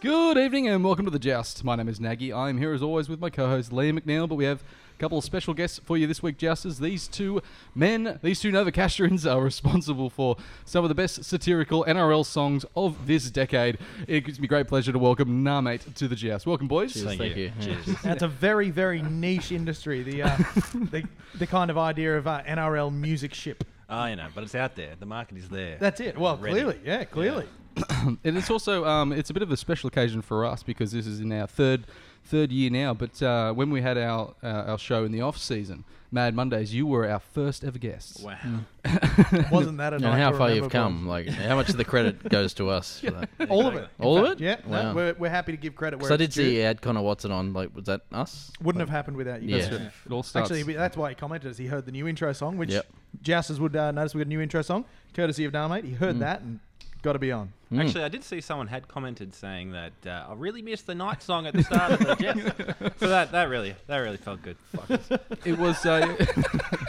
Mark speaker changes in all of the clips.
Speaker 1: Good evening and welcome to The Joust. My name is Nagy. I'm here as always with my co host Liam McNeil, but we have a couple of special guests for you this week, Jousters. These two men, these two Novocastrians, are responsible for some of the best satirical NRL songs of this decade. It gives me great pleasure to welcome Narmate to The Joust. Welcome, boys.
Speaker 2: Thank, you.
Speaker 3: That's a very, very niche industry. The uh, the, the kind of idea of uh, NRL music ship.
Speaker 2: I Ah, know, but it's out there. The market is there.
Speaker 3: That's it. Well,
Speaker 2: Ready.
Speaker 3: clearly, yeah, clearly.
Speaker 1: And it's also um, it's a bit of a special occasion for us because this is in our third third year now. But uh, when we had our uh, our show in the off season, Mad Mondays, you were our first ever guests.
Speaker 2: Wow.
Speaker 3: Mm. Wasn't that a
Speaker 4: And
Speaker 3: night
Speaker 4: how
Speaker 3: to
Speaker 4: far you've
Speaker 3: remember,
Speaker 4: come, like how much of the credit goes to us. For that.
Speaker 3: boys? All of it.
Speaker 4: All of it?
Speaker 3: Yeah, no,
Speaker 4: Wow.
Speaker 3: we're, we're happy to give credit where
Speaker 4: So I
Speaker 3: it's
Speaker 4: did uh, see
Speaker 3: due.
Speaker 4: he had Connor Watson on. Like, was that us?
Speaker 3: Wouldn't have happened without you.
Speaker 4: Yeah.
Speaker 3: guys.
Speaker 1: That's right. It all starts.
Speaker 3: Actually, that's why he commented. Is he heard the new intro song, which
Speaker 4: Yep.
Speaker 3: Jousters would uh, notice we got a new intro song, courtesy of Darmate. He heard that and got to be on.
Speaker 4: Mm.
Speaker 2: Actually, I did see someone had commented saying that uh, I really missed the night song at the start of the Jets. So that, that really that really felt good. Fuckers.
Speaker 1: it was. Uh,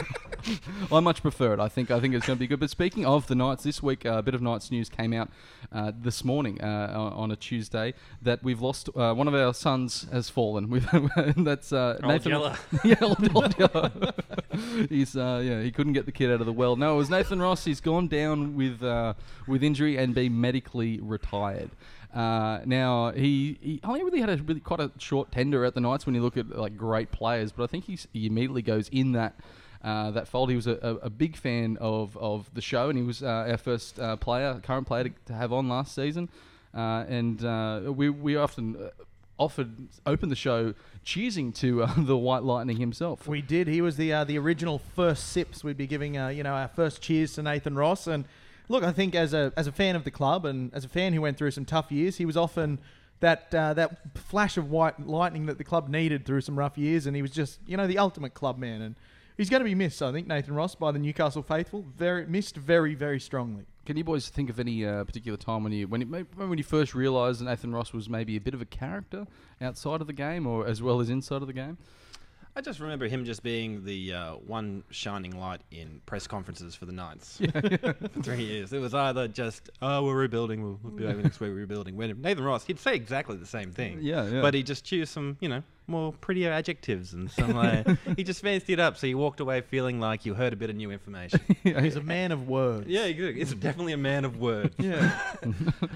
Speaker 1: I much prefer it. I think I think it's going to be good. But speaking of the Knights, this week uh, a bit of Knights news came out uh, this morning uh, on on a Tuesday that we've lost uh, one of our sons has fallen. We've, that's uh,
Speaker 2: Old Yeller.
Speaker 1: yeah, old, old Yeller. He's uh, yeah, he couldn't get the kid out of the well. No, it was Nathan Ross. He's gone down with uh, with injury and been medically retired. Uh, now he, he only really had a really quite a short tender at the Knights when you look at like great players, but I think he's, he immediately goes in that. Uh, that fold. He was a, a, a big fan of, of the show, and he was uh, our first uh, player, current player to, to have on last season. Uh, and uh, we we often uh, offered opened the show cheersing to uh, the White Lightning himself.
Speaker 3: We did. He was the uh, the original first sips. We'd be giving uh, you know our first cheers to Nathan Ross. And look, I think as a as a fan of the club and as a fan who went through some tough years, he was often that uh, that flash of white lightning that the club needed through some rough years. And he was just you know the ultimate club man. And he's going to be missed. I think Nathan Ross by the Newcastle faithful. Very missed. Very very strongly.
Speaker 1: Can you boys think of any uh, particular time when you when, it, may- when you first realised that Nathan Ross was maybe a bit of a character outside of the game, or as well as inside of the game?
Speaker 2: I just remember him just being the uh, one shining light in press conferences for the Knights for three years. It was either just, oh, we're rebuilding, we'll, we'll be over next week, we're rebuilding. When Nathan Ross, he'd say exactly the same thing.
Speaker 1: Yeah, yeah.
Speaker 2: But he just chose some, you know, more prettier adjectives and some, uh, he just fancied it up. So you walked away feeling like you heard a bit of new information.
Speaker 3: He's a man of words.
Speaker 2: yeah, good. It's definitely a man of words.
Speaker 3: Yeah.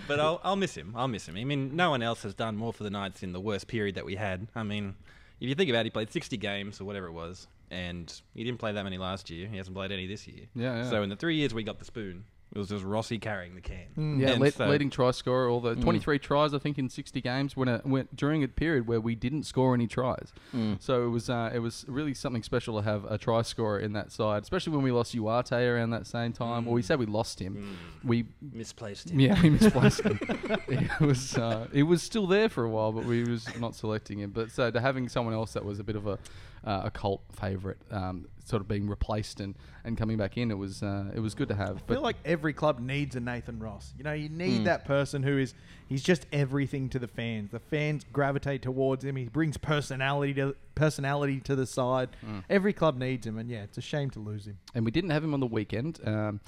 Speaker 2: But I'll, I'll miss him. I'll miss him. I mean, no one else has done more for the Knights in the worst period that we had. I mean, if you think about it, he played 60 games or whatever it was, and he didn't play that many last year. He hasn't played any this year.
Speaker 1: Yeah, yeah.
Speaker 2: So in the three years we got the spoon, it was just Rossi carrying the can.
Speaker 3: Mm.
Speaker 1: Yeah,
Speaker 2: And
Speaker 1: lead-
Speaker 2: so-
Speaker 1: leading try scorer, all the 23 tries I think in 60 games when it went during a period where we didn't score any tries.
Speaker 4: Hmm. Mm.
Speaker 1: So it was uh, it was really something special to have a try scorer in that side, especially when we lost Uarte around that same time. Or we said we lost him. We
Speaker 2: Mm. Misplaced him.
Speaker 1: yeah, he misplaced him. it was uh, it was still there for a while, but we was not selecting him. But so to having someone else that was a bit of a uh, a cult favorite, um, sort of being replaced and, and coming back in, it was uh, it was good to have.
Speaker 3: I feel like every club needs a Nathan Ross. You know, you need
Speaker 1: Hmm.
Speaker 3: that person who is he's just everything to the fans. The fans gravitate towards him. He brings personality to personality to the side.
Speaker 1: Hmm.
Speaker 3: Every club needs him, and yeah, it's a shame to lose him.
Speaker 1: and we didn't have him on the weekend. Um,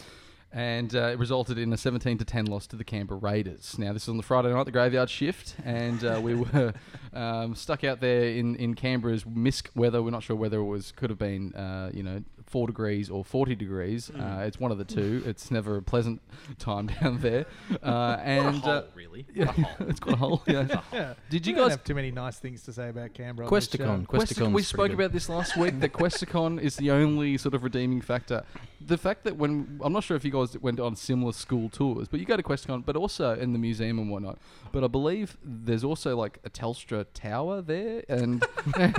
Speaker 1: and uh, it resulted in a 17 to 10 loss to the Canberra Raiders. Now, this was on the Friday night, the graveyard shift, and uh, we were um, stuck out there in, in Canberra's misc weather. We're not sure whether it was could have been, uh, you know, four degrees or 40 degrees. Uh, it's one of the two. It's never a pleasant time down there. Uh, and
Speaker 2: Hole,
Speaker 1: uh,
Speaker 2: really.
Speaker 1: yeah, it's got a hole. Yeah. Did you
Speaker 3: We don't
Speaker 1: guys
Speaker 3: have too many nice things to say about Canberra? on this show.
Speaker 4: Questacon.
Speaker 1: Questacon.
Speaker 4: Questacon.
Speaker 1: We spoke about this last week. That Questacon is the only sort of redeeming factor. The fact that when I'm not sure if you guys went on similar school tours, but you go to Questacon, but also in the museum and whatnot. But I believe there's also like a Telstra tower there, and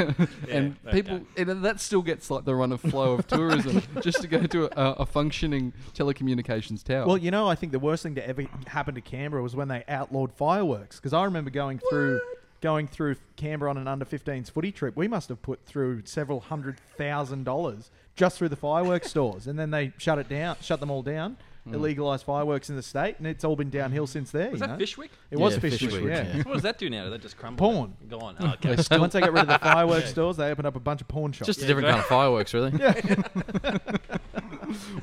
Speaker 1: and
Speaker 2: okay.
Speaker 1: people and that still gets like the run of flow of tourism just to go to a, a functioning telecommunications tower.
Speaker 3: Well, you know, I think the worst thing to ever happen to Canberra was when they outlawed fireworks. Because I remember going through going through Canberra on an under 15s footy trip. We must have put through several hundred thousand dollars just through the fireworks stores, and then they shut it down, shut them all down, illegalized fireworks in the state, and it's all been downhill since there.
Speaker 2: Was
Speaker 3: you
Speaker 2: that
Speaker 3: know?
Speaker 2: Fishwick?
Speaker 3: It was
Speaker 4: Yeah,
Speaker 3: Fishwick,
Speaker 4: Fishwick,
Speaker 3: yeah.
Speaker 4: yeah.
Speaker 2: What does that do now? Did that just crumble?
Speaker 3: Porn.
Speaker 2: Gone. Oh, okay.
Speaker 3: Once they get rid of the fireworks stores, they open up a bunch of pawn shops.
Speaker 4: Just a different kind of fireworks, really.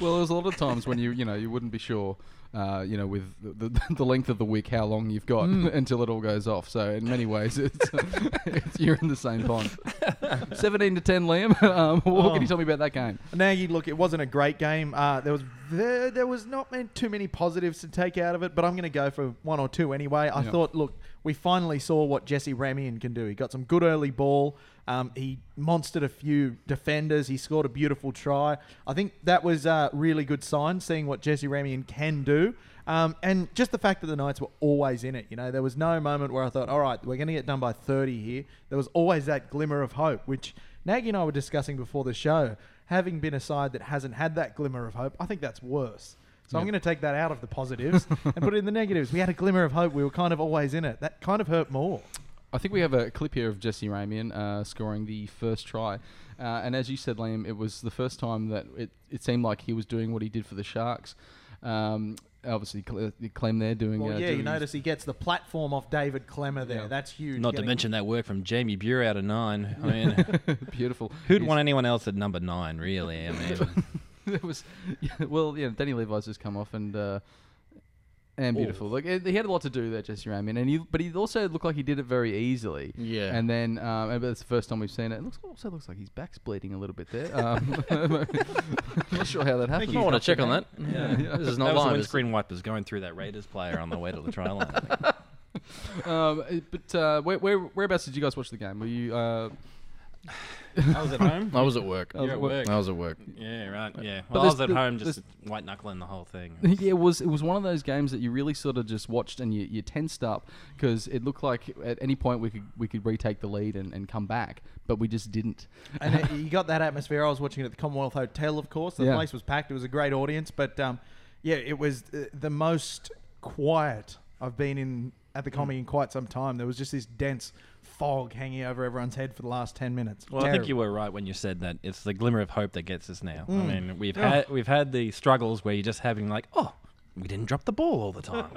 Speaker 1: well, there's a lot of times when you you know you wouldn't be sure. Uh, you know, with the, the, the length of the week, how long you've got
Speaker 3: Mm.
Speaker 1: until it all goes off. So, in many ways, it's, it's you're in the same pond. Seventeen to ten, Liam. Um, what
Speaker 3: Oh.
Speaker 1: can you tell me about that game?
Speaker 3: Nagy, look, it wasn't a great game. Uh, there was there, there was not man- too many positives to take out of it, but I'm going to go for one or two anyway. I
Speaker 1: Yeah.
Speaker 3: thought, look, we finally saw what Jesse Ramian can do. He got some good early ball. Um, he monstered a few defenders. He scored a beautiful try. I think that was a really good sign, seeing what Jesse Ramian can do. Um, and just the fact that the Knights were always in it, you know, there was no moment where I thought, all right, we're going to get done by 30 here. There was always that glimmer of hope, which Nagy and I were discussing before the show. Having been a side that hasn't had that glimmer of hope, I think that's worse. So I'm going to take that out of the positives and put it in the negatives. We had a glimmer of hope. We were kind of always in it. That kind of hurt more.
Speaker 1: I think we have a clip here of Jesse Ramian uh, scoring the first try. Uh, and as you said, Liam, it was the first time that it, it seemed like he was doing what he did for the Sharks. Um, obviously, Cle- Clem there doing. uh,
Speaker 3: Well, yeah,
Speaker 1: doing
Speaker 3: you
Speaker 1: his-
Speaker 3: notice he gets the platform off David Clemmer there.
Speaker 1: Yeah.
Speaker 3: That's huge.
Speaker 2: Not to
Speaker 3: Getting-
Speaker 2: mention that work from Jamie Bure out of nine. I mean,
Speaker 1: Beautiful.
Speaker 2: who'd
Speaker 1: He's-
Speaker 2: want anyone else at number nine, really? I mean,
Speaker 1: It was, yeah, well, yeah, Danny Levi's just come off and. Uh, and
Speaker 2: Oh.
Speaker 1: beautiful. Look, it, he had a lot to do there, Jesse Ramian, and he, but he also looked like he did it very easily.
Speaker 4: Yeah.
Speaker 1: And then, um, and that's the first time we've seen it. It looks, also looks like his back's bleeding a little bit there. Um, I'm not sure how that happened.
Speaker 4: I want to check on that. Yeah. This is not
Speaker 2: that was the
Speaker 4: live. is it?
Speaker 2: windscreen wipers going through that Raiders player on the way to the trial line. I think.
Speaker 1: Um, uh, but uh, where, where, whereabouts did you guys watch the game? Were you? Uh,
Speaker 2: I was at home.
Speaker 4: I was at work.
Speaker 1: I was at
Speaker 2: work.
Speaker 4: I was at work.
Speaker 2: Yeah, right. Yeah.
Speaker 1: But
Speaker 2: Well, I was
Speaker 1: there's-
Speaker 2: at home
Speaker 1: there's-
Speaker 2: just white knuckling the whole thing.
Speaker 1: yeah, it was. It was one of those games that you really sort of just watched and you, you tensed up because it looked like at any point we could we could retake the lead and, and come back, but we just didn't.
Speaker 3: and it, you got that atmosphere. I was watching it at the Commonwealth Hotel, of course. The
Speaker 1: Yeah.
Speaker 3: place was packed. It was a great audience, but um, yeah, it was uh, the most quiet I've been in at the Commie in quite some time. There was just this dense fog hanging over everyone's head for the last ten minutes.
Speaker 2: Well, I think you were right when you said that it's the glimmer of hope that gets us now. I mean, we've had we've had the struggles where you're just having like, oh, we didn't drop the ball all the time.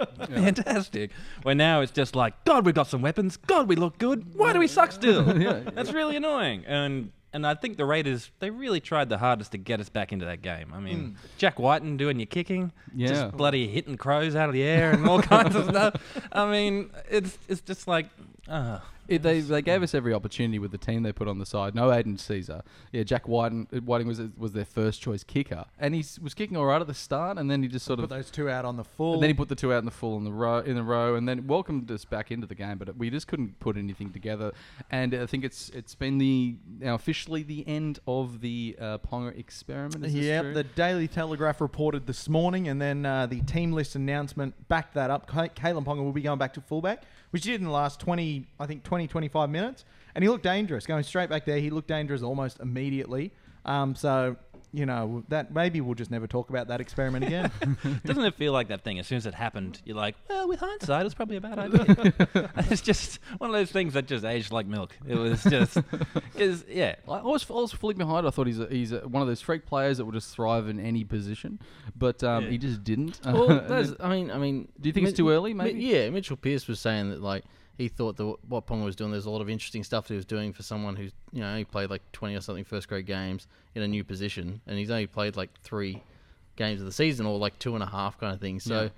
Speaker 2: Fantastic. Where now it's just like, God, we've got some weapons. God, we look good. Why do we suck still? That's really annoying. And and I think the Raiders they really tried the hardest to get us back into that game. I mean, Jack Whiten doing your kicking,
Speaker 1: Yeah.
Speaker 2: just bloody hitting crows out of the air and all kinds of stuff. I mean, it's it's just like, uh,
Speaker 1: It, they they gave us every opportunity with the team they put on the side. No Aiden Caesar. Yeah, Jack Whiting, uh, Whiting was was their first choice kicker, and he s- was kicking all right at the start, and then he just sort
Speaker 3: put
Speaker 1: of
Speaker 3: those two out on the full.
Speaker 1: And then he put the two out in the full in the row in the row, and then welcomed us back into the game. But we just couldn't put anything together. And I think it's it's been the now officially the end of the uh, Ponga experiment. Is this
Speaker 3: Yeah,
Speaker 1: true?
Speaker 3: the Daily Telegraph reported this morning, and then uh, the team list announcement backed that up. Ca- Caelan Ponga will be going back to fullback, which he did in the last 20, I think 20, 25 minutes. And he looked dangerous. Going straight back there, he looked dangerous almost immediately. Um, so, you know, that maybe we'll just never talk about that experiment again.
Speaker 2: Doesn't it feel like that thing? As soon as it happened, you're like, well, with hindsight, it's probably a bad idea. it's just one of those things that just aged like milk. It was just, because yeah,
Speaker 1: I I was I was fully behind. I thought he's a, he's a, one of those freak players that will just thrive in any position, but um,
Speaker 2: Yeah.
Speaker 1: he just didn't.
Speaker 4: Well, that's, I mean, I mean,
Speaker 1: Do you think it's too early, maybe?
Speaker 4: yeah, Mitchell Pearce was saying that like he thought that what- what Ponga was doing, there's a lot of interesting stuff that he was doing for someone who's you know he played like 20 or something first grade games in a new position, and he's only played like three games of the season or like two and a half kind of thing. So.
Speaker 1: Yeah.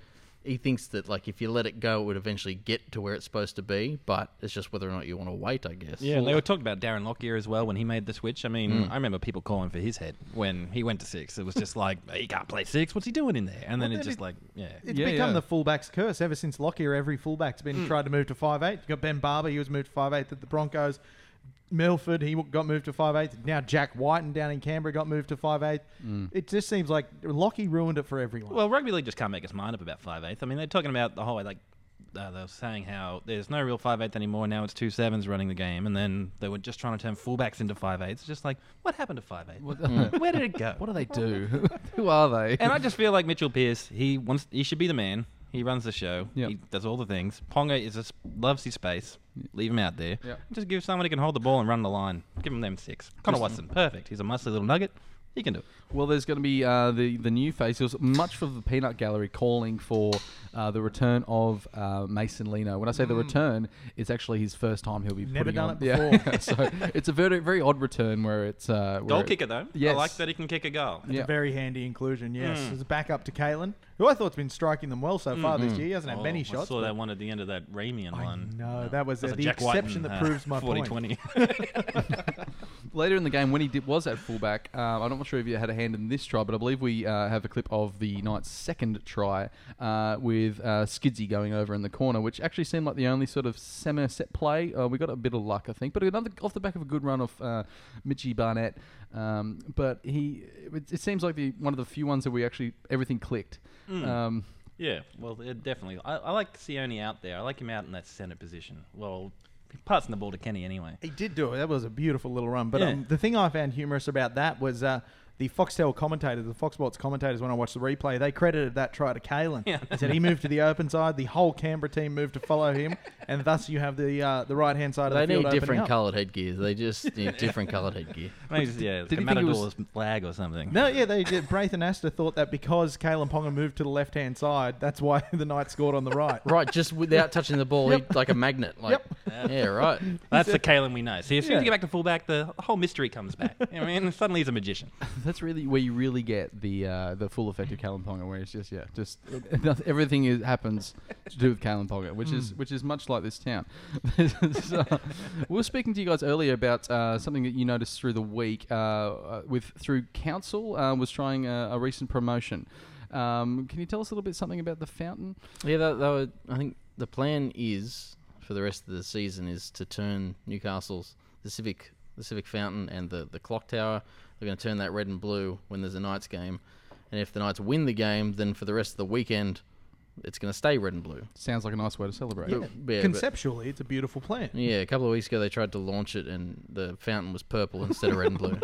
Speaker 4: He thinks that like if you let it go, it would eventually get to where it's supposed to be, but it's just whether or not you want to wait, I guess.
Speaker 2: yeah. They were talking about Darren Lockyer as well when he made the switch. I mean, I remember people calling for his head when he went to six. It was just like he can't play six. What's he doing in there? And then
Speaker 3: Well,
Speaker 2: it's
Speaker 3: then
Speaker 2: just
Speaker 3: it-
Speaker 2: like, yeah,
Speaker 3: It's
Speaker 1: Yeah,
Speaker 3: become
Speaker 1: yeah. Hmm.
Speaker 3: the fullback's curse ever since Lockyer. Every fullback's been tried to move to five eight. You got Ben Barber, he was moved to five eight at the Broncos. Milford, he got moved to five eight. Now Jack Whiten down in Canberra got moved to five eight.
Speaker 1: Hmm.
Speaker 3: It just seems like Lockie ruined it for everyone.
Speaker 2: Well, rugby league just can't make its mind up about five eighth. I mean, they're talking about the whole way, like uh, they were saying how there's no real five eighth anymore. Now it's two sevens running the game, and then they were just trying to turn fullbacks into five eighths. Just like what happened to five eight? Where did it go?
Speaker 1: what do they do? Who are they?
Speaker 2: and I just feel like Mitchell Pearce, he wants, he should be the man. He runs the show.
Speaker 1: Yeah.
Speaker 2: He does all the things. Ponga is just loves his space. Leave him out there.
Speaker 1: Yeah.
Speaker 2: Just give someone who can hold the ball and run the line. Give him them six. Connor Watson, perfect. He's a muscly little nugget. He can do it.
Speaker 1: Well, there's going to be uh, the the new face. There was much for the peanut gallery calling for uh, the return of uh, Mason Lino. When I say the return, it's actually his first time he'll be
Speaker 3: Mm. Never
Speaker 1: putting
Speaker 3: done
Speaker 1: on-
Speaker 3: it
Speaker 1: Yeah, so it's a very very odd return where it's uh, where
Speaker 2: Goal
Speaker 1: it-
Speaker 2: kicker though.
Speaker 1: Yes.
Speaker 2: I like that he can kick a goal.
Speaker 1: Yeah. Hmm.
Speaker 3: Very handy inclusion, yes.
Speaker 2: Mm.
Speaker 3: As a backup to Kalen, who I thought's been striking them well so far this year. He hasn't had
Speaker 2: Oh,
Speaker 3: many
Speaker 2: I
Speaker 3: shots.
Speaker 2: saw
Speaker 3: but-
Speaker 2: that one at the end of that Ramian
Speaker 3: I
Speaker 2: one.
Speaker 3: know, that was, uh,
Speaker 2: That's a
Speaker 3: the
Speaker 2: Jack White and,
Speaker 3: exception that
Speaker 2: uh,
Speaker 3: proves my
Speaker 2: 40, 20.
Speaker 3: point.
Speaker 1: Later in the game, when he did, was at fullback, uh, I'm not sure if you had a hand in this try, but I believe we uh, have a clip of the Knights' second try uh, with uh, Skidzy going over in the corner, which actually seemed like the only sort of semi set play. Uh, we got a bit of luck, I think, but another off the back of a good run of uh, Mitchie Barnett. Um, but he, it, it seems like the one of the few ones that we actually everything clicked. Um,
Speaker 2: yeah, well, yeah, definitely. I, I like Sione out there. I like him out in that centre position. Well, passing the ball to Kenny anyway.
Speaker 3: He did do it. That was a beautiful little run. But
Speaker 2: Yeah.
Speaker 3: um, the thing I found humorous about that was uh, the Foxtel commentators, the Fox Sports commentators, when I watched the replay, they credited that try to Kalen.
Speaker 2: Yeah.
Speaker 3: They said he moved to the open side, the whole Canberra team moved to follow him, and thus you have the uh, the right hand side
Speaker 4: They
Speaker 3: of the field
Speaker 4: need
Speaker 3: opening
Speaker 4: different
Speaker 3: up.
Speaker 4: coloured headgear. They just need different coloured headgear.
Speaker 2: Maybe it's- yeah,
Speaker 1: did
Speaker 2: did
Speaker 1: he
Speaker 2: he
Speaker 1: think it was-
Speaker 2: Matador's flag or something.
Speaker 3: No, yeah, they did. Braith Astor thought that because Kalen Ponga moved to the left hand side, that's why the Knights scored on the right.
Speaker 4: Right, just without touching the ball, he- like a magnet. Like, yeah, right.
Speaker 2: That's the Kalen we know. See, as soon as
Speaker 3: Yeah.
Speaker 2: you get back to fullback, the whole mystery comes back. I mean, suddenly he's a magician.
Speaker 1: That's really where you really get the uh, the full effect of Callum Ponga, where it's just yeah, just noth- everything is, happens to do with Callum Ponga, which is which is much like this town. So, we were speaking to you guys earlier about uh, something that you noticed through the week uh, uh, with through council uh, was trying a, a recent promotion. Um, can you tell us a little bit something about the fountain?
Speaker 4: Yeah, that, that would, I think the plan is for the rest of the season is to turn Newcastle's the Civic the Civic Fountain and the, the clock tower. They're going to turn that red and blue when there's a Knights game, and if the Knights win the game, then for the rest of the weekend, it's going to stay red and blue.
Speaker 1: Sounds like a nice way to celebrate.
Speaker 4: Yeah, but-
Speaker 3: Conceptually, it's a beautiful plan.
Speaker 4: Yeah, a couple of weeks ago they tried to launch it, and the fountain was purple instead of red and blue.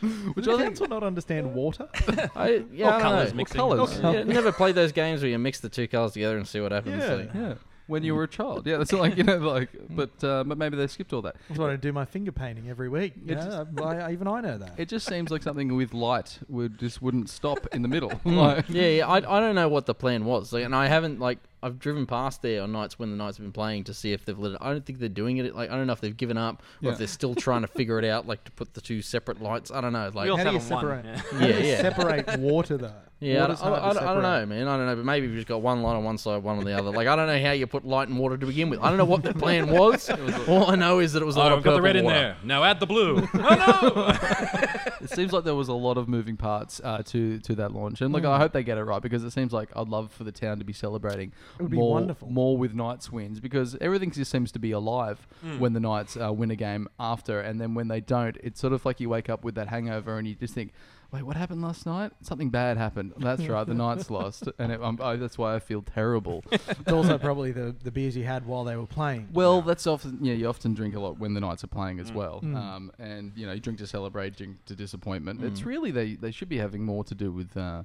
Speaker 3: Does
Speaker 1: Which
Speaker 3: the
Speaker 1: I think
Speaker 3: council not understand water?
Speaker 4: I, yeah, I don't
Speaker 2: colours
Speaker 4: know.
Speaker 2: mixing.
Speaker 1: colours.
Speaker 4: Yeah, never played those games where you mix the two colors together and see what happens.
Speaker 3: Yeah.
Speaker 4: Like,
Speaker 1: yeah, when you were a child, yeah, that's like you know, like but uh, but maybe they skipped all that.
Speaker 3: That's what I do my finger painting every week. You
Speaker 1: It's-
Speaker 3: know, I, I- even I know that.
Speaker 1: It just seems like something with light would just wouldn't stop in the middle.
Speaker 4: Mm.
Speaker 1: like,
Speaker 4: yeah, yeah. I, I don't know what the plan was, like, and I haven't like I've driven past there on nights when the Knights have been playing to see if they've let it. I don't think they're doing it. Like I don't know if they've given up or
Speaker 1: Yeah.
Speaker 4: if they're still trying to figure it out, like to put the two separate lights. I don't know. Like
Speaker 2: We also
Speaker 3: How do you
Speaker 2: haven't won.
Speaker 3: separate?
Speaker 2: Yeah.
Speaker 3: How do
Speaker 4: Yeah,
Speaker 3: you
Speaker 4: yeah.
Speaker 3: separate water though?
Speaker 4: yeah, I,
Speaker 3: Water's
Speaker 4: don't- I,
Speaker 3: hard to
Speaker 4: don't- I don't
Speaker 3: separate.
Speaker 4: know, man. I don't know, but maybe you've just got one light on one side, one on the other. Like I don't know how you put light and water to begin with. I don't know what the plan was. All I know is that it was a lot
Speaker 2: Oh,
Speaker 4: of
Speaker 2: I've got the
Speaker 4: purple
Speaker 2: red in
Speaker 4: water.
Speaker 2: there. Now add the blue. oh, no!
Speaker 1: it seems like there was a lot of moving parts uh, to to that launch, and look,
Speaker 3: Mm.
Speaker 1: I hope they get it right because it seems like I'd love for the town to be celebrating
Speaker 3: would be
Speaker 1: more
Speaker 3: wonderful.
Speaker 1: more with Knights wins because everything just seems to be alive
Speaker 3: Mm.
Speaker 1: when the Knights uh, win a game after, and then when they don't, it's sort of like you wake up with that hangover and you just think. Wait, what happened last night? Something bad happened. That's right, the Knights lost, and it, um, oh, that's why I feel terrible.
Speaker 3: It's also probably the, the beers you had while they were playing.
Speaker 1: Well, that's often yeah. You often drink a lot when the Knights are playing as well,
Speaker 3: Mm.
Speaker 1: um, and you know you drink to celebrate, drink to disappointment. It's really they they should be having more to do with uh,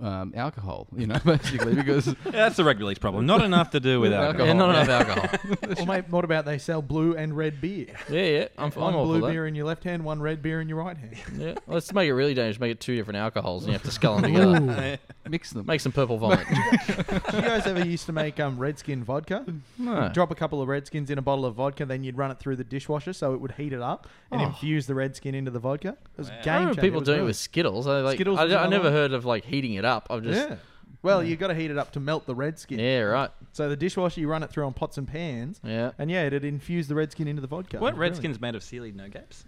Speaker 1: um, alcohol, you know, basically because
Speaker 2: Yeah, that's the rugby league's problem. Not enough to do with alcohol.
Speaker 4: Yeah, not enough alcohol.
Speaker 3: or mate, what about they sell blue and red beer?
Speaker 4: Yeah, yeah. I'm, I'm
Speaker 3: One
Speaker 4: all
Speaker 3: blue
Speaker 4: for that.
Speaker 3: beer in your left hand, one red beer in your right hand.
Speaker 4: Yeah. Let's make it really dangerous. Make it two different alcohols, and you have to scull them together.
Speaker 1: mix them.
Speaker 4: Make some purple vomit.
Speaker 3: Did you guys ever used to make um, redskin vodka?
Speaker 4: No.
Speaker 3: Drop a couple of redskins in a bottle of vodka, then you'd run it through the dishwasher so it would heat it up and infuse the redskin into the vodka. It was a
Speaker 4: Oh. I
Speaker 3: game
Speaker 4: remember
Speaker 3: changer.
Speaker 4: people
Speaker 3: was
Speaker 4: doing it
Speaker 3: brilliant.
Speaker 4: with Skittles. I, like,
Speaker 3: Skittles
Speaker 4: I,
Speaker 3: was
Speaker 4: I
Speaker 3: another
Speaker 4: never
Speaker 3: one.
Speaker 4: heard of like heating it up. I've just
Speaker 3: Yeah. Well, you got to heat it up to melt the redskin.
Speaker 4: yeah. right.
Speaker 3: So the dishwasher, you run it through on pots and pans,
Speaker 4: Yeah.
Speaker 3: and yeah, it'd infuse the redskin into the vodka.
Speaker 2: What
Speaker 3: It was
Speaker 2: Redskins made of sealy no gaps?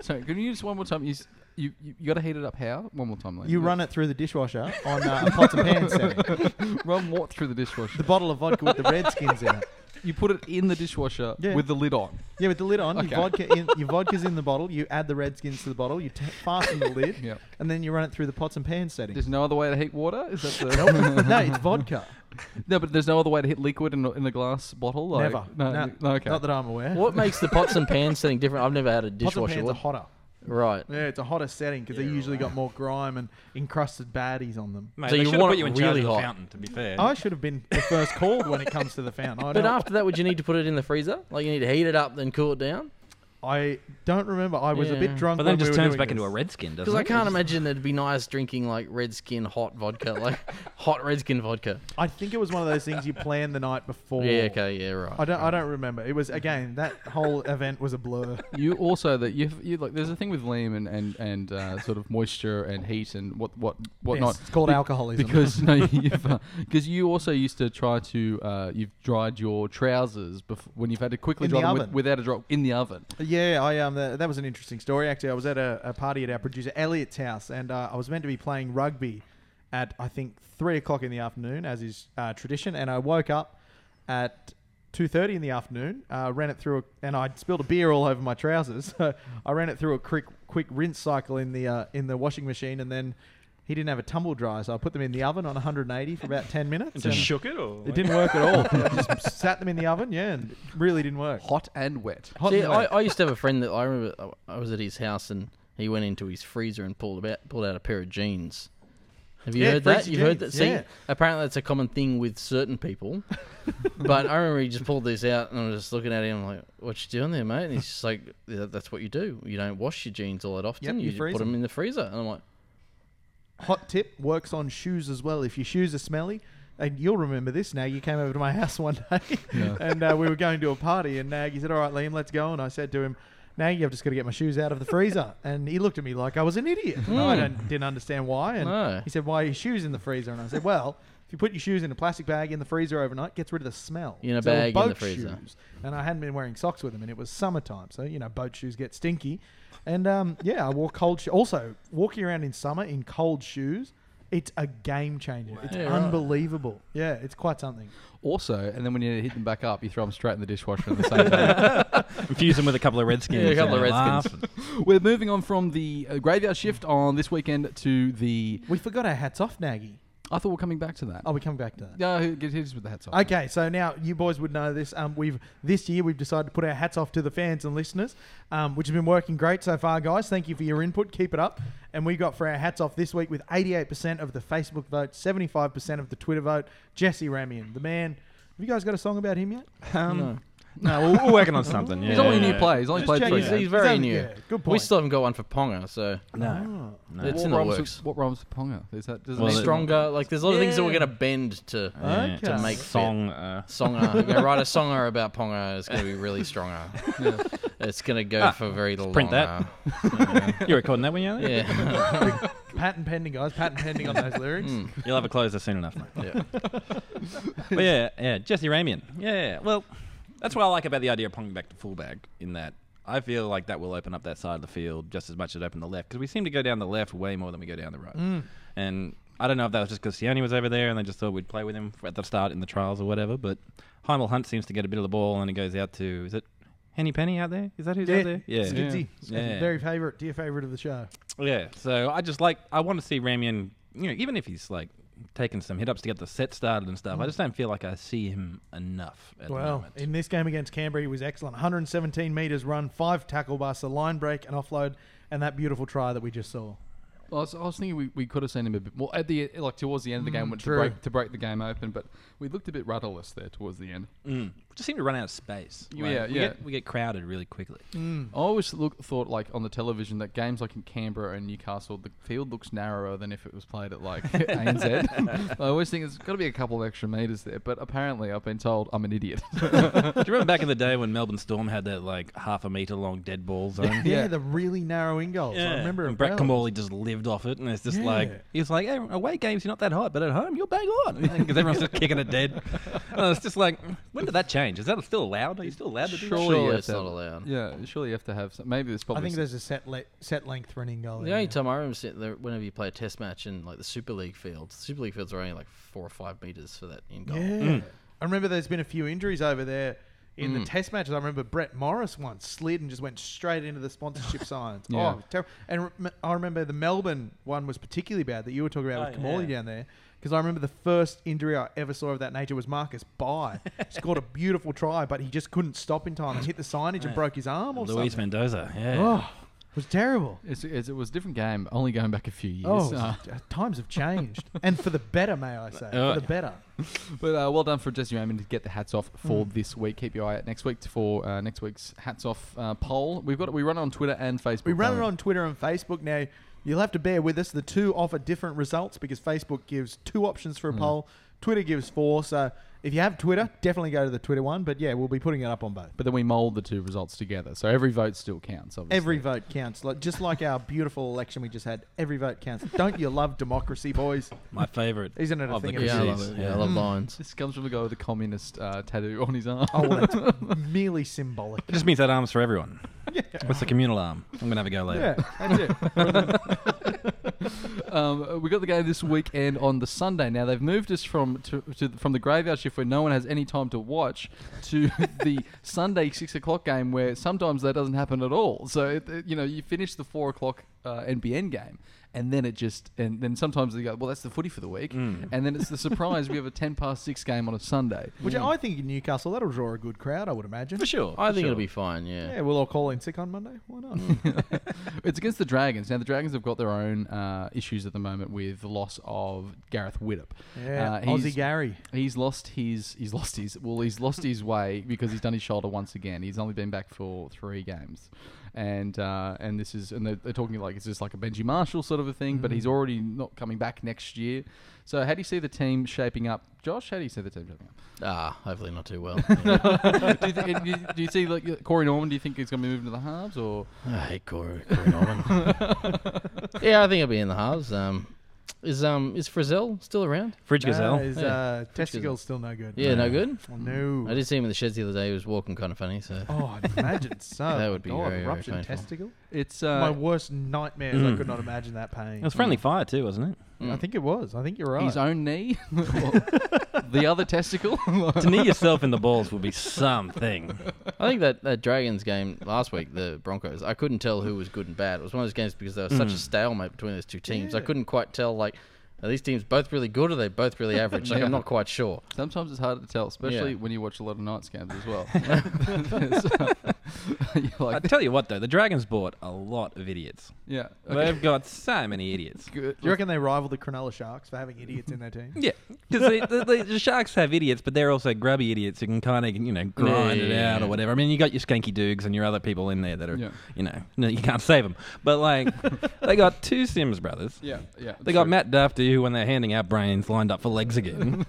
Speaker 1: so can you just one more time? You s- you, you, you got to heat it up. How? One more time.
Speaker 3: brilliant. You run it through the dishwasher on uh, a pots and pans setting.
Speaker 1: Run what through the
Speaker 3: The
Speaker 1: dishwasher?
Speaker 3: bottle of vodka with the redskins in it.
Speaker 1: You put it in the dishwasher
Speaker 3: Yeah.
Speaker 1: with the lid on.
Speaker 3: Yeah, with the lid on,
Speaker 1: Okay.
Speaker 3: your vodka in, your vodka's in the bottle. You add the redskins to the bottle. You t- fasten the lid,
Speaker 1: Yep.
Speaker 3: and then you run it through the pots and pans setting.
Speaker 1: There's no other way to heat water. Is that the
Speaker 3: no, it's vodka.
Speaker 1: no? But there's no other way to heat liquid in, a- in a glass bottle. Like,
Speaker 3: Never.
Speaker 1: No.
Speaker 3: No,
Speaker 1: no, okay.
Speaker 3: Not that I'm aware.
Speaker 4: What makes the pots and pans setting different? I've never had
Speaker 3: Pots
Speaker 4: a
Speaker 3: and
Speaker 4: dishwasher.
Speaker 3: pans are
Speaker 4: What-
Speaker 3: hotter.
Speaker 4: Right.
Speaker 3: Yeah, it's a hotter setting because they usually got more grime and encrusted baddies on them.
Speaker 2: Mate,
Speaker 4: So
Speaker 2: they
Speaker 4: you
Speaker 2: should have
Speaker 4: want
Speaker 2: put you
Speaker 4: it
Speaker 2: in charge
Speaker 4: really
Speaker 2: of the
Speaker 4: hot.
Speaker 2: fountain, to be fair.
Speaker 3: I should have been the first called when it comes to the fountain. I
Speaker 4: But
Speaker 3: don't-
Speaker 4: after that, would you need to put it in the freezer? Like you need to heat it up, then cool it down.
Speaker 3: I don't remember. I was a
Speaker 4: Yeah.
Speaker 3: bit drunk.
Speaker 5: But then it
Speaker 3: when we
Speaker 5: just
Speaker 3: were
Speaker 5: turns
Speaker 3: doing
Speaker 5: back into
Speaker 3: this.
Speaker 5: a redskin, doesn't
Speaker 4: Because I
Speaker 5: it?
Speaker 4: can't imagine it'd be nice drinking like red skin hot vodka, like hot red skin vodka.
Speaker 3: I think it was one of those things you plan the night before.
Speaker 4: Yeah, okay, yeah, right.
Speaker 3: I don't. I don't remember. It was again that whole event was a blur.
Speaker 1: you also that you you like there's a thing with Liam and and and uh, sort of moisture and heat and what what what not
Speaker 3: Yes, it's called alcoholism.
Speaker 1: because no you've because you also used to try to uh, you've dried your trousers bef- when you've had to quickly
Speaker 3: In
Speaker 1: dry
Speaker 3: the
Speaker 1: them with,
Speaker 3: oven.
Speaker 1: without a drop in the oven.
Speaker 3: Yeah, I um, that, that was an interesting story. Actually, I was at a, a party at our producer Elliot's house, and uh, I was meant to be playing rugby at I think three o'clock in the afternoon, as is uh, tradition. And I woke up at two thirty in the afternoon, uh, ran it through, a, and I spilled a beer all over my trousers. So I ran it through a quick quick rinse cycle in the uh, in the washing machine, and then. He didn't have a tumble dryer, so I put them in the oven on 180 for about 10 minutes.
Speaker 2: Just
Speaker 3: and
Speaker 2: shook it, or
Speaker 3: it didn't work at all. I just sat them in the oven, yeah, and it really didn't work.
Speaker 1: Hot and wet.
Speaker 3: Hot
Speaker 4: See,
Speaker 3: and
Speaker 4: I,
Speaker 3: wet.
Speaker 4: I used to have a friend that I remember. I- I was at his house and he went into his freezer and pulled about pulled out a pair of jeans. Have you
Speaker 3: Yeah,
Speaker 4: heard that?
Speaker 3: freezer
Speaker 4: You've heard that.
Speaker 3: jeans,
Speaker 4: See,
Speaker 3: yeah.
Speaker 4: apparently that's a common thing with certain people. but I remember he just pulled this out and I was just looking at him like, "What you doing there, mate?" And he's just like, "Yeah, "That's what you do. You don't wash your jeans all that often.
Speaker 3: Yep, you
Speaker 4: you just
Speaker 3: freeze
Speaker 4: put them
Speaker 3: them."
Speaker 4: in the freezer." And I'm like,
Speaker 3: Hot tip works on shoes as well. If your shoes are smelly, and you'll remember this now, you came over to my house one day and uh, we were going to a party, and Nag, he said, All right, Liam, let's go. And I said to him, Nag, I've just got to get my shoes out of the freezer. And he looked at me like I was an idiot. And I don't, didn't understand why. And
Speaker 4: Hmm. No.
Speaker 3: he said, Why are your shoes in the freezer? And I said, Well, if you put your shoes in a plastic bag in the freezer overnight, it gets rid of the smell.
Speaker 4: In a
Speaker 3: it was
Speaker 4: bag in the
Speaker 3: boat
Speaker 4: freezer.
Speaker 3: shoes. And I hadn't been wearing socks with them, and it was summertime. So, you know, boat shoes get stinky. And um, yeah, I wore cold shoes. Also, walking around in summer in cold shoes, it's a game changer. It's
Speaker 4: Yeah, right.
Speaker 3: unbelievable. Yeah, it's quite something.
Speaker 1: Also, and then when you hit them back up, you throw them straight in the dishwasher in the same day.
Speaker 5: Confuse them with a couple of redskins.
Speaker 4: Yeah, a couple
Speaker 5: and
Speaker 4: of
Speaker 5: they laugh
Speaker 4: Redskins.
Speaker 5: and-
Speaker 1: We're moving on from the uh, graveyard shift on this weekend to the.
Speaker 3: We forgot our hats off, Nagy.
Speaker 1: I thought we're coming back to that.
Speaker 3: Oh, we come back to that.
Speaker 1: Yeah, who get hit us with the hats on?
Speaker 3: Okay, so now you boys would know this. Um, we've this year we've decided to put our hats off to the fans and listeners, um, which has been working great so far, guys. Thank you for your input. Keep it up. And we got for our hats off this week with 88% of the Facebook vote, 75% of the Twitter vote. Jesse Ramian, the man. Have you guys got a song about him yet?
Speaker 2: um,
Speaker 4: "No."
Speaker 2: no, we're, we're working on something. Yeah,
Speaker 1: He's only
Speaker 2: yeah,
Speaker 1: new
Speaker 2: yeah.
Speaker 1: player. He's only
Speaker 3: Just
Speaker 1: played
Speaker 3: check
Speaker 1: three.
Speaker 4: he's,
Speaker 3: out.
Speaker 1: games.
Speaker 4: he's very
Speaker 3: He's only-
Speaker 4: new.
Speaker 3: yeah, good
Speaker 4: We
Speaker 3: point.
Speaker 4: still haven't got one for Ponga, so
Speaker 2: No,
Speaker 3: Oh.
Speaker 2: no.
Speaker 4: it's
Speaker 1: What
Speaker 4: in the
Speaker 1: rhymes
Speaker 4: works.
Speaker 1: With, what rhymes with Ponga? Is that does it
Speaker 2: Well,
Speaker 1: mean
Speaker 2: it-
Speaker 4: Stronger, like there's a lot of things that we're
Speaker 3: Yeah.
Speaker 4: gonna bend to.
Speaker 2: Yeah,
Speaker 3: Okay.
Speaker 2: To make
Speaker 4: fit.
Speaker 2: song. Uh,
Speaker 4: Songer. I'm gonna write a songer about Ponga. It's gonna be really stronger. It's gonna go for very long.
Speaker 2: Ah, print that. you're recording that one, yeah?
Speaker 4: yeah.
Speaker 3: Patent pending, guys. Patent pending on those lyrics.
Speaker 4: Mm.
Speaker 2: You'll have a closer soon enough, mate.
Speaker 4: yeah.
Speaker 2: but yeah, yeah, Jesse Ramian. Yeah, well, that's what I like about the idea of punking back to fullback. In that, I feel like that will open up that side of the field just as much as it opened the left because we seem to go down the left way more than we go down the right.
Speaker 4: Hmm.
Speaker 3: Mm.
Speaker 2: And I don't know if that was just because Sione was over there and they just thought we'd play with him f- at the start in the trials or whatever. But Heimel Hunt seems to get a bit of the ball and it goes out to is it Henny Penny out there? Is that who's out there? Yeah,
Speaker 3: Skidzy.
Speaker 2: Yeah.
Speaker 3: Very favourite, dear favourite of the show.
Speaker 2: yeah, so I just like I want to see Ramian. You know, even if he's like taking some hit ups to get the set started and stuff, I just don't feel like I see him enough. At the
Speaker 3: Well,
Speaker 2: moment.
Speaker 3: in this game against Canberra, he was excellent. 117 metres run, five tackle busts, a line break, an offload, and that beautiful try that we just saw.
Speaker 1: I was, I was thinking we, we could have seen him a bit more at the like towards the end of the game when to
Speaker 3: Mm, true.
Speaker 1: break to break the game open, but we looked a bit rudderless there towards the end.
Speaker 2: Mm. We just seem to run out of space.
Speaker 1: Yeah, yeah.
Speaker 2: We get, we get crowded really quickly.
Speaker 3: Mm.
Speaker 1: I always look thought like on the television that games like in Canberra and Newcastle, the field looks narrower than if it was played at like ANZ. I always think there's got to be a couple of extra meters there, but apparently I've been told I'm an idiot.
Speaker 2: Do you remember back in the day when Melbourne Storm had that like half a meter long dead ball zone?
Speaker 3: Yeah,
Speaker 1: Yeah.
Speaker 3: the really narrow in goals. I remember
Speaker 2: and
Speaker 3: it.
Speaker 2: Brett
Speaker 3: well.
Speaker 2: Kamali just lived off it, and it's just
Speaker 3: Yeah.
Speaker 2: like he was like, hey, away games, you're not that hot, but at home you're bang on because everyone's just kicking it dead. And it's just like, when did that change? Is that still allowed? Are you still allowed to do that?
Speaker 1: Surely you
Speaker 4: Surely
Speaker 1: have
Speaker 4: it's
Speaker 1: to
Speaker 4: not
Speaker 1: have-
Speaker 4: allowed.
Speaker 1: yeah, surely you have to have some, maybe there's
Speaker 3: I
Speaker 1: probably
Speaker 3: think
Speaker 1: s-
Speaker 3: there's a set le- set length for an in goal.
Speaker 4: The only time I remember sitting there, whenever you play a test match in like the Super League field, Super League fields are only like four or five meters for that in goal.
Speaker 3: Yeah.
Speaker 1: Mm.
Speaker 3: I remember there's been a few injuries over there in the test matches. I remember Brett Morris once slid and just went straight into the sponsorship signs.
Speaker 1: Yeah.
Speaker 3: Oh, it was terrible. And rem- I remember the Melbourne one was particularly bad that you were talking about with
Speaker 2: Oh,
Speaker 3: Kamali
Speaker 2: yeah.
Speaker 3: down there. Because I remember the first injury I ever saw of that nature was Marcus By. Scored a beautiful try, but he just couldn't stop in time and hit the signage and broke his arm or
Speaker 2: Luis
Speaker 3: something.
Speaker 2: Mendoza, yeah.
Speaker 3: Oh, was terrible.
Speaker 1: It's, it's, it was a different game, only going back a few years.
Speaker 3: Oh,
Speaker 1: Uh,
Speaker 3: uh, times have changed, and for the better, may I say,
Speaker 6: Uh,
Speaker 3: for the better.
Speaker 1: but uh, well done for Jesse Raymond to get the hats off
Speaker 3: Mm.
Speaker 1: for this week. Keep your eye out next week for uh, next week's hats off uh, poll. We've got we run it on Twitter and Facebook.
Speaker 3: We run
Speaker 1: don't
Speaker 3: it on Twitter and Facebook now. You'll have to bear with us. The two offer different results because Facebook gives two options for a poll, Twitter gives four. So if you have Twitter, definitely go to the Twitter one. But yeah, we'll be putting it up on both.
Speaker 1: But then we mold the two results together, so every vote still counts. Obviously.
Speaker 3: Every vote counts, like, just like our beautiful election we just had. Every vote counts. Don't you love democracy, boys?
Speaker 2: My favorite.
Speaker 3: Isn't it a
Speaker 2: of the
Speaker 3: thing of
Speaker 2: Jeez,
Speaker 4: Yeah, I
Speaker 3: disease?
Speaker 4: love it. Yeah, I love
Speaker 3: Mm.
Speaker 4: lines.
Speaker 1: This comes from a guy with a communist uh, tattoo on his arm.
Speaker 3: Oh, well, it's merely symbolic.
Speaker 2: It just means that arm's for everyone. What's the communal arm? I'm gonna have a go later.
Speaker 3: Yeah, that's it.
Speaker 1: um, we got the game this weekend on the Sunday. Now they've moved us from to, to from the graveyard shift where no one has any time to watch to the Sunday six o'clock game where sometimes that doesn't happen at all. So it, it- you know you finish the four o'clock uh, NBN game and then it just and then sometimes they go well that's the footy for the week
Speaker 3: Mm.
Speaker 1: and then it's the surprise we have a ten past six game on a Sunday.
Speaker 3: Which I think in Newcastle that'll draw a good crowd. I would imagine.
Speaker 2: For sure.
Speaker 4: I
Speaker 2: for
Speaker 4: think
Speaker 2: sure.
Speaker 4: it'll be fine. Yeah.
Speaker 3: Yeah, we'll all call in sick on Monday. Why not?
Speaker 1: Mm. It's against the Dragons. Now the Dragons have got their own uh, issues at the moment with the loss of Gareth Widdop.
Speaker 3: Yeah,
Speaker 1: uh, he's-
Speaker 3: Aussie Gary.
Speaker 1: He's lost his he's lost his well he's lost his way because he's done his shoulder once again. He's only been back for three games, and uh, and this is and they're, they're talking like it's just like a Benji Marshall sort of a thing, but
Speaker 3: Mm.
Speaker 1: he's already not coming back next year. So how do you see the team shaping up, Josh? How do you see the team shaping up?
Speaker 4: Ah, hopefully not too well. Yeah.
Speaker 1: do, you think, do, you, do you see like Corey Norman? Do you think he's going to be moving to the halves or
Speaker 4: I hate Corey, Corey Norman. yeah, I think it'll be in the halves. Um, is um is Frizzell still around?
Speaker 2: Fridge Gazelle.
Speaker 3: No, his
Speaker 4: Yeah.
Speaker 3: uh, testicles still no good.
Speaker 4: Yeah, no good.
Speaker 3: Oh, no.
Speaker 4: I did see him in the sheds the other day. He was walking kind of funny. So
Speaker 3: Oh, I'd imagine so.
Speaker 4: That would be
Speaker 3: God,
Speaker 4: very, very
Speaker 3: ruptured
Speaker 4: painful. mm.
Speaker 3: testicle.
Speaker 1: it's
Speaker 3: My
Speaker 1: uh,
Speaker 3: worst nightmare is I could not imagine that pain. Mm.
Speaker 2: It was friendly fire too, wasn't it?
Speaker 3: I think it was. I think you're right.
Speaker 1: his own knee, Or the other testicle?
Speaker 2: to knee yourself in the balls would be something.
Speaker 4: I think that that Dragons game last week, the Broncos, I couldn't tell who was good and bad. It was one of those games because there was such a stalemate between those two teams. I couldn't quite tell like. Are these teams both really good or are they both really average? Like,
Speaker 1: Yeah.
Speaker 4: I'm not quite sure.
Speaker 1: Sometimes it's harder to tell, especially
Speaker 4: Yeah.
Speaker 1: when you watch a lot of night scams as well. So, you're
Speaker 2: I
Speaker 1: like,
Speaker 2: tell you what though, the Dragons bought a lot of idiots.
Speaker 1: yeah,
Speaker 2: They've got so many idiots.
Speaker 1: good.
Speaker 3: Do you reckon they rival the Cronulla Sharks for having idiots in their team?
Speaker 2: Yeah, because the, the, the sharks have idiots, but they're also grubby idiots who can kind of you know grind it
Speaker 4: Yeah.
Speaker 2: out or whatever. I mean, you got your skanky doogs and your other people in there that are
Speaker 1: Yeah.
Speaker 2: you know no, you can't save them. But like, they got two Sims brothers.
Speaker 1: Yeah, yeah.
Speaker 2: They got Matt Dafty, who when they're handing out brains, lined up for legs again.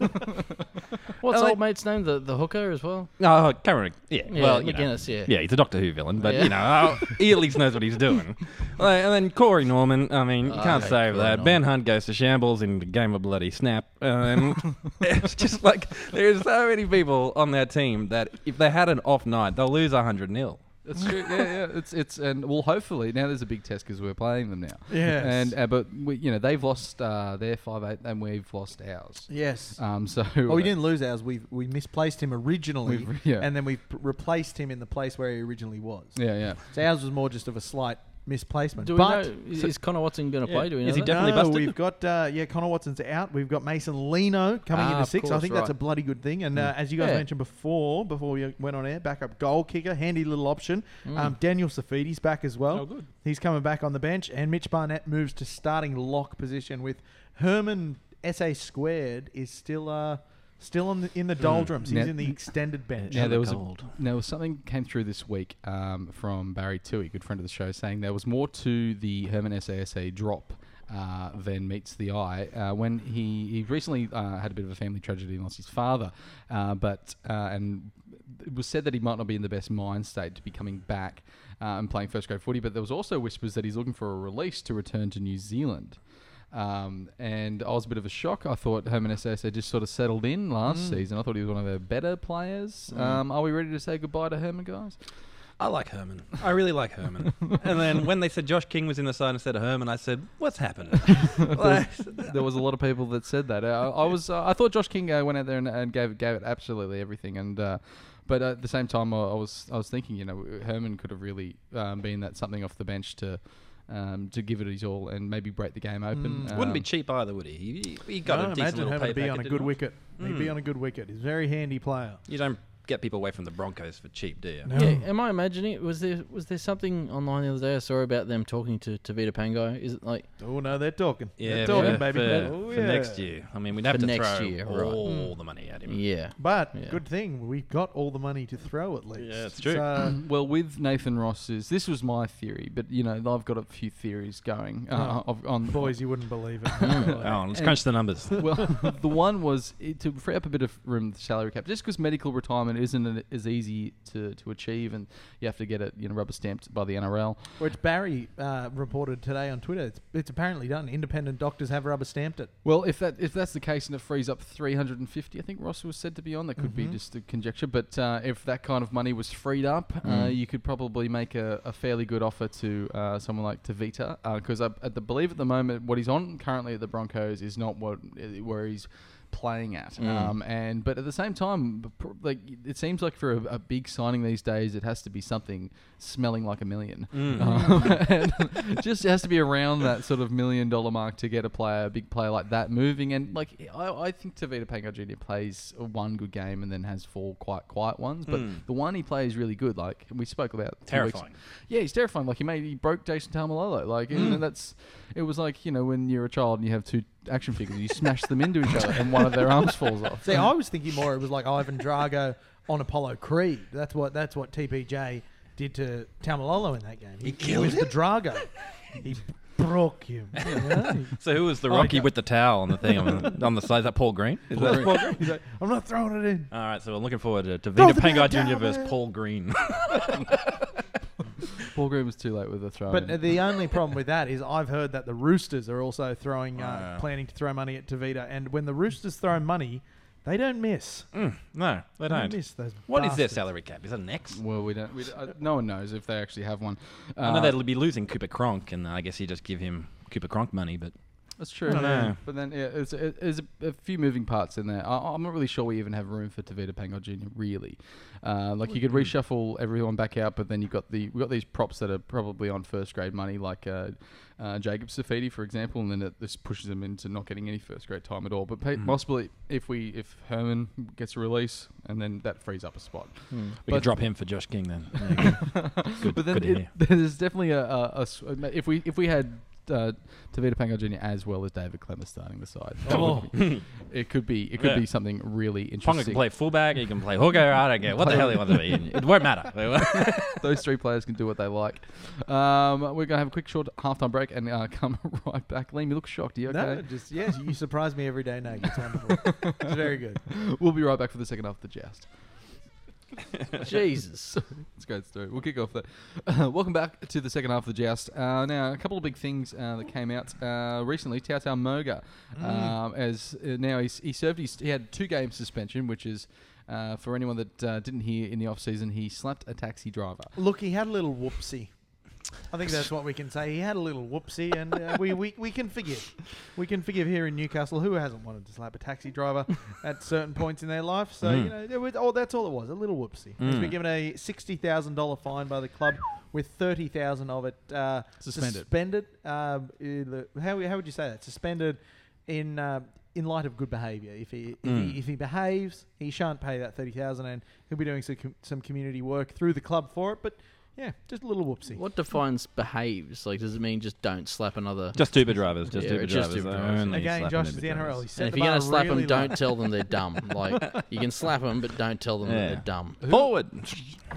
Speaker 4: What's
Speaker 2: like-
Speaker 4: old mate's name? The the hooker as well.
Speaker 2: oh, Cameron, yeah,
Speaker 4: Yeah,
Speaker 2: well, you know,
Speaker 4: McGuinness, yeah.
Speaker 2: yeah, he's a Doctor Who villain, but
Speaker 4: Yeah.
Speaker 2: you know, uh, he at least knows what he's doing. Like, and then Corey Norman, I mean, you
Speaker 3: Oh,
Speaker 4: I
Speaker 2: can't
Speaker 4: hate
Speaker 2: save
Speaker 4: Corey
Speaker 2: that.
Speaker 4: Norman.
Speaker 2: Ben Hunt goes to shambles in the game of bloody snap. Um, it's just like there's so many people on their team that if they had an off night, they'll lose hundred nil.
Speaker 1: That's true. Yeah, yeah. It's it's and well, hopefully now there's a big test because we're playing them now.
Speaker 3: Yes.
Speaker 1: And uh, but we, you know they've lost uh, their five eight and we've lost ours.
Speaker 3: Yes.
Speaker 4: Uh,
Speaker 1: Um. So
Speaker 3: well, we didn't lose ours. We we misplaced him originally,
Speaker 1: We've- yeah.
Speaker 3: and then we p- replaced him in the place where he originally was.
Speaker 1: Yeah, yeah.
Speaker 3: So ours was more just of a slight misplacement.
Speaker 4: Do we
Speaker 3: but
Speaker 4: know is, is Connor Watson going to play? Do we know
Speaker 2: Is he
Speaker 4: that?
Speaker 2: definitely
Speaker 3: no,
Speaker 2: busted?
Speaker 3: We've got uh, yeah, Connor Watson's out. We've got Mason Leno coming
Speaker 4: Ah,
Speaker 3: into
Speaker 4: of
Speaker 3: six. I
Speaker 4: course,
Speaker 3: think that's
Speaker 4: right.
Speaker 3: a bloody good thing. And uh, as you guys
Speaker 1: Yeah.
Speaker 3: mentioned before, before we went on air, backup goal kicker, handy little option. Um, Daniel Safidi's back as well.
Speaker 2: Oh, good.
Speaker 3: He's coming back on the bench, and Mitch Barnett moves to starting lock position with Herman SA squared is still uh, still on the, in the doldrums. He's
Speaker 1: Now-
Speaker 3: in the extended bench.
Speaker 1: Now there was a,
Speaker 2: cold.
Speaker 1: now there was something came through this week um, from Barry Toohey, good friend of the show, saying there was more to the Herman SASA drop uh, than meets the eye. Uh, when he he recently uh, had a bit of a family tragedy and lost his father, uh, but uh, and it was said that he might not be in the best mind state to be coming back uh, and playing first grade footy. But there was also whispers that he's looking for a release to return to New Zealand. Um, and I was a bit of a shock. I thought Herman Sasa just sort of settled in last
Speaker 2: Mm.
Speaker 1: season. I thought he was one of their better players. Um, are we ready to say goodbye to Herman, guys?
Speaker 2: I like Herman. I really like Herman. and then when they said Josh King was in the side instead of Herman, I said, "What's happening?" Like,
Speaker 1: There was a lot of people that said that. Uh, I was. Uh, I thought Josh King uh, went out there and, and gave it, gave it absolutely everything. And uh, but at the same time, I, I was I was thinking, you know, Herman could have really um, been that something off the bench to. Um, to give it his all and maybe break the game open.
Speaker 2: Mm. Wouldn't be
Speaker 1: Um,
Speaker 2: cheap either, would he? He, he got
Speaker 3: No,
Speaker 2: a decent
Speaker 3: imagine
Speaker 2: little
Speaker 3: having to
Speaker 2: payback,
Speaker 3: be on a
Speaker 2: didn't
Speaker 3: good
Speaker 2: he?
Speaker 3: wicket. He'd be on a good wicket. He's a very handy player.
Speaker 2: You don't get people away from the Broncos for cheap, do you?
Speaker 4: Yeah,
Speaker 3: Oh.
Speaker 4: am I imagining? it? Was there was there something online the other day I saw about them talking to Tavita Pango? Is it like
Speaker 3: Oh no, they're talking.
Speaker 2: Yeah,
Speaker 3: they're talking,
Speaker 2: for,
Speaker 3: baby.
Speaker 2: for,
Speaker 3: Oh,
Speaker 2: for
Speaker 3: yeah.
Speaker 2: next year. I mean, we'd have
Speaker 4: For
Speaker 2: to
Speaker 4: next
Speaker 2: throw
Speaker 4: year, right. Mm.
Speaker 2: all the money at him.
Speaker 4: yeah?
Speaker 3: But
Speaker 4: Yeah.
Speaker 3: good thing we got all the money to throw at least.
Speaker 2: Yeah, that's true.
Speaker 3: So,
Speaker 1: Well, with Nathan Ross's, this was my theory, but you know, I've got a few theories going uh, of, on
Speaker 3: boys, you wouldn't believe it.
Speaker 2: Oh, let's crunch the numbers.
Speaker 1: well, the one was it, to free up a bit of room with the salary cap, just because medical retirement isn't an- as easy to, to achieve, and you have to get it, you know, rubber stamped by the NRL.
Speaker 3: Which Barry uh, reported today on Twitter. It's, it's apparently done. Independent doctors have rubber stamped it.
Speaker 1: Well, if that if that's the case, and it frees up 350, I think Ross was said to be on. That could be just a conjecture, but uh, if that kind of money was freed up, uh, you could probably make a, a fairly good offer to uh, someone like Tavita, because I, at the believe at the moment what he's on currently at the Broncos is not what where he's playing at. Um, and but at the same time, b- pr- like it seems like for a, a big signing these days, it has to be something smelling like a million. Um, and just has to be around that sort of million dollar mark to get a player, a big player like that moving. And like I, I think Tavita Pango Jr. plays one good game and then has four quite quiet ones. But the one he plays is really good. Like we spoke about two weeks-
Speaker 2: Terrifying.
Speaker 1: yeah, he's terrifying. Like he made he broke Jason Tamalolo. Like
Speaker 3: Mm.
Speaker 1: and that's it was like you know when you're a child and you have two action figures, you smash them into each other and one of their arms falls off.
Speaker 3: See, I was thinking more it was like Ivan Drago on Apollo Creed. That's what that's what TPJ did to Tamalolo in that game. He, killed the Drago. He broke him. you know?
Speaker 2: So who was the Rocky
Speaker 3: yeah.
Speaker 2: with the towel on the thing on the, on the side? Is that Paul Green? Is that Paul Green?
Speaker 3: He's like, I'm not throwing it in.
Speaker 2: All right, so I'm looking forward to, to
Speaker 3: Throw
Speaker 2: Vita
Speaker 3: the
Speaker 2: Pangai
Speaker 3: damn
Speaker 2: Jr.
Speaker 3: towel,
Speaker 2: versus
Speaker 3: man.
Speaker 2: Paul Green.
Speaker 1: Paul Green was too late with the throw.
Speaker 3: But
Speaker 1: in.
Speaker 3: uh, the only problem with that is I've heard that the Roosters are also throwing, uh,
Speaker 2: Wow.
Speaker 3: planning to throw money at Tavita. And when the Roosters throw money, they don't miss.
Speaker 2: Mm, no, they
Speaker 3: They don't
Speaker 2: don't.
Speaker 3: miss those.
Speaker 2: What is their
Speaker 3: bastards.
Speaker 2: salary cap? Is that an X?
Speaker 1: well, we don't. We, don't- uh, no one knows if they actually have one.
Speaker 2: I
Speaker 1: Uh,
Speaker 2: know they'll be losing Cooper Cronk, and I guess you just give him Cooper Cronk money, but
Speaker 1: That's true.
Speaker 2: don't know.
Speaker 1: But then yeah, it's, it, there's a, a few moving parts in there. I, I'm not really sure we even have room for Tavita Pango Jr. Really, uh, like you could reshuffle everyone back out, but then you've got the we have got these props that are probably on first grade money, like uh, uh, Jacob Safidi, for example, and then it, this pushes them into not getting any first grade time at all. But
Speaker 2: Hmm.
Speaker 1: pa- possibly if we if Herman gets a release, and then that frees up a spot.
Speaker 4: Hmm.
Speaker 2: we
Speaker 1: But-
Speaker 2: could drop him for Josh King then. There you go. good,
Speaker 1: But then
Speaker 2: good to
Speaker 1: it,
Speaker 2: hear.
Speaker 1: there's definitely a, a- a s- if we if we had uh, Tavita Pango Jr. as well as David Clemmer starting the side, that
Speaker 2: Oh,
Speaker 1: would be- it could be it could
Speaker 2: Yeah.
Speaker 1: be something really
Speaker 2: Ponga
Speaker 1: interesting.
Speaker 2: can play fullback. He can play hooker. I don't care what the hell he wants to be. It won't matter.
Speaker 1: Those three players can do what they like. Um, we're gonna have a quick short halftime break and uh, come right back. Liam, you look shocked. Are you
Speaker 3: No,
Speaker 1: okay?
Speaker 3: just yes, you surprise me every day, Nate. It's wonderful. it's very good.
Speaker 1: We'll be right back for the second half of the joust.
Speaker 4: Jesus,
Speaker 1: It's a great story. We'll kick off that. Uh, welcome back to the second half of the joust. Uh, now, a couple of big things uh, that came out uh, recently. Tao Tao Moga,
Speaker 3: Mm.
Speaker 1: um, as uh, now he's, he served his he had two game suspension, which is uh, for anyone that uh, didn't hear in the off season, he slapped a taxi driver.
Speaker 3: Look, he had a little whoopsie. I think that's what we can say. He had a little whoopsie, and uh, we, we, we can forgive. We can forgive here in Newcastle. Who hasn't wanted to slap a taxi driver at certain points in their life? So, you know, there was, oh, that's all it was a little whoopsie. He's been given a $60,000 fine by the club, with 30000 of it uh,
Speaker 1: Suspended.
Speaker 3: Suspended. Um, in the- how, how would you say that? Suspended in. Uh, in light of good behaviour, if he if,
Speaker 4: Hmm.
Speaker 3: he if he behaves, he shan't pay that thirty thousand, and he'll be doing some com- some community work through the club for it. But yeah, just a little whoopsie.
Speaker 4: what defines behaves? Like, does it mean just don't slap another?
Speaker 2: just Uber drivers.
Speaker 4: just Yeah, Uber just drivers, Uber they drivers. only
Speaker 3: Again, Josh is the NRL. He's
Speaker 4: and if you're gonna slap them, don't tell them they're dumb. Like, you can slap them, but don't tell them that
Speaker 2: Yeah.
Speaker 4: they're dumb.
Speaker 2: Forward.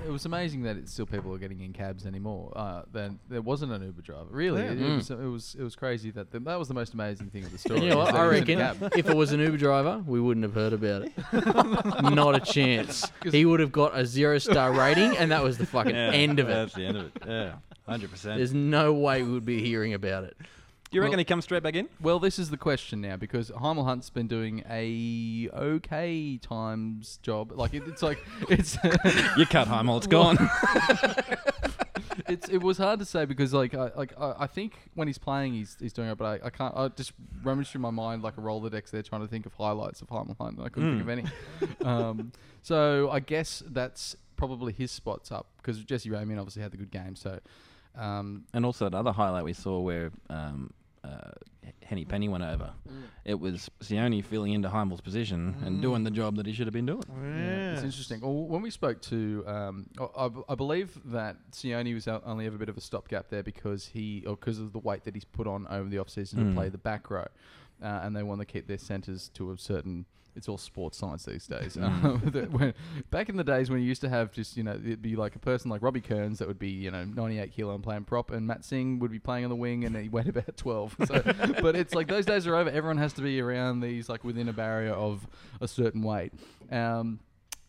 Speaker 1: It was amazing that it's still people are getting in cabs anymore. Uh, then there wasn't an Uber driver. Really, it,
Speaker 4: Hmm.
Speaker 1: it was, it was it was crazy that the, that was the most amazing thing of the story.
Speaker 4: And you know
Speaker 1: was
Speaker 4: what?
Speaker 1: that
Speaker 4: I
Speaker 1: it was in a
Speaker 4: reckon
Speaker 1: cab.
Speaker 4: if it was an Uber driver, we wouldn't have heard about it. Not a chance. He would have got a zero star rating, and that was the fucking end of it.
Speaker 2: That's the end of it. Yeah, hundred percent.
Speaker 4: There's no way we would be hearing about it.
Speaker 2: Do you reckon he comes straight back in?
Speaker 1: Well, this is the question now because Heimel Hunt's been doing a okay times job. Like it, it's like it's
Speaker 2: You cut Heimel. It's gone.
Speaker 1: it's it was hard to say because like I like I, I think when he's playing he's he's doing it, but I, I can't. I just rummaged through my mind like a Rolodex there trying to think of highlights of Heimel Hunt and I couldn't think of any. um, so I guess that's probably his spots up because Jesse Ramian obviously had the good game. So um,
Speaker 2: and also the other highlight we saw where um, uh, Henny Penny went over. It was Sione filling into Heiml's position and doing the job that he should have been doing.
Speaker 7: It's interesting. Well, when we spoke to, um, I- I, b- I believe that Sione was o- only ever a bit of a stopgap there because he, or because of the weight that he's put on over the offseason to play the back row, uh, and they want to keep their centres to a certain. It's all sports science these days. Um, that when, back in the days when you used to have just you know it'd be like a person like Robbie Kearns that would be you know 98 kilo and playing prop, and Matt Singh would be playing on the wing and he weighed about 12. So, but it's like those days are over. Everyone has to be around these like within a barrier of a certain weight. Um,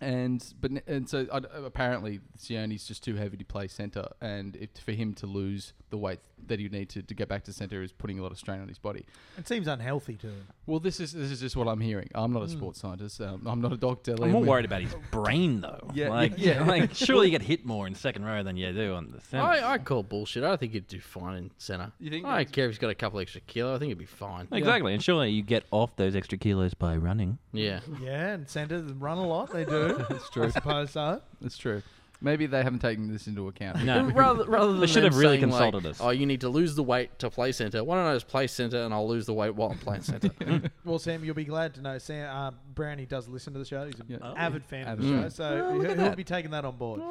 Speaker 7: and but n- and so I d apparently Sione's just too heavy to play center, and it, for him to lose the weight that he'd need to, to get back to center is putting a lot of strain on his body.
Speaker 3: It seems unhealthy to him.
Speaker 1: Well, this is this is just what I'm hearing. I'm
Speaker 3: Hmm.
Speaker 1: not a sports scientist. Um, I'm not a doctor.
Speaker 2: I'm
Speaker 1: Liam.
Speaker 2: more
Speaker 1: We-
Speaker 2: worried about his brain though.
Speaker 7: Yeah,
Speaker 2: like,
Speaker 7: yeah.
Speaker 2: like surely you get hit more in second row than you do on the centre.
Speaker 4: I, I call bullshit. I think he'd do fine in centre.
Speaker 7: You think
Speaker 4: I don't care if he's got a couple extra kilo. I think he'd be fine.
Speaker 2: Exactly, and surely you get off those extra kilos by running.
Speaker 4: Yeah.
Speaker 3: Yeah, and centers run a lot. They do. That's true. I suppose so.
Speaker 1: It's true. Maybe they haven't taken this into account.
Speaker 2: No,
Speaker 4: rather, rather than
Speaker 2: They should
Speaker 4: them
Speaker 2: have really
Speaker 4: saying, like,
Speaker 2: consulted us.
Speaker 4: Oh, you need to lose the weight to play centre. Why don't I just play centre and I'll lose the weight while I'm playing centre?
Speaker 3: Well, Sam, you'll be glad to know Sam uh, Brownie does listen to the show. He's an
Speaker 1: Yeah. Mm.
Speaker 3: avid fan
Speaker 1: Avid
Speaker 3: of the show,
Speaker 1: fan.
Speaker 3: so he'll, he'll be taking that on board.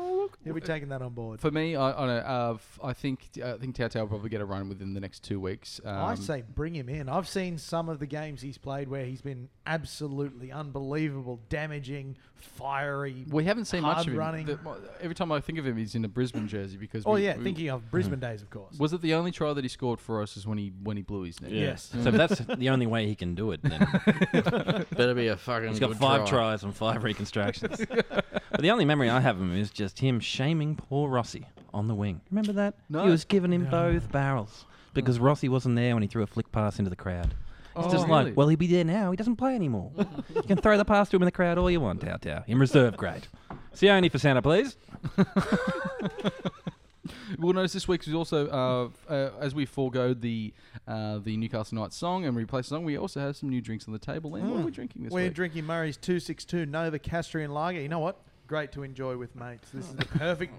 Speaker 3: he'll be taking that on board.
Speaker 1: For me, I, I, don't know, uh, f- I think I think Tao Tao will probably get a run within the next two weeks. Um,
Speaker 3: I say bring him in. I've seen some of the games he's played where he's been absolutely unbelievable, damaging, fiery.
Speaker 1: we haven't seen much
Speaker 3: hard
Speaker 1: of him.
Speaker 3: running.
Speaker 1: The- every time I think of him, he's in a Brisbane jersey because.
Speaker 3: Oh
Speaker 1: we-
Speaker 3: yeah,
Speaker 1: we-
Speaker 3: thinking of Brisbane days, of course.
Speaker 1: Was it the only try that he scored for us? Is when he when he blew his knee.
Speaker 3: Yes.
Speaker 2: So if that's the only way he can do it. Then
Speaker 4: Better be a fucking.
Speaker 2: he's got
Speaker 4: good
Speaker 2: five
Speaker 4: try.
Speaker 2: tries and five reconstructions. but the only memory I have of him is just him shaming poor Rossi on the wing. Remember that?
Speaker 1: No.
Speaker 2: He was giving him both barrels because Rossi wasn't there when he threw a flick pass into the crowd. It's
Speaker 1: Oh,
Speaker 2: just
Speaker 1: really?
Speaker 2: like, well, he'll be there now. He doesn't play anymore. you can throw the pass to him in the crowd all you want, Tao Tao. In reserve, grade. See only for Santa, please.
Speaker 1: We'll notice this week is also uh, f- uh, as we forego the uh, the Newcastle Knights song and replace the song. We also have some new drinks on the table. And what are we drinking this
Speaker 3: Hmm. We're
Speaker 1: week?
Speaker 3: drinking Murray's 262 Nova Castrian Lager. You know what? Great to enjoy with mates. This is the perfect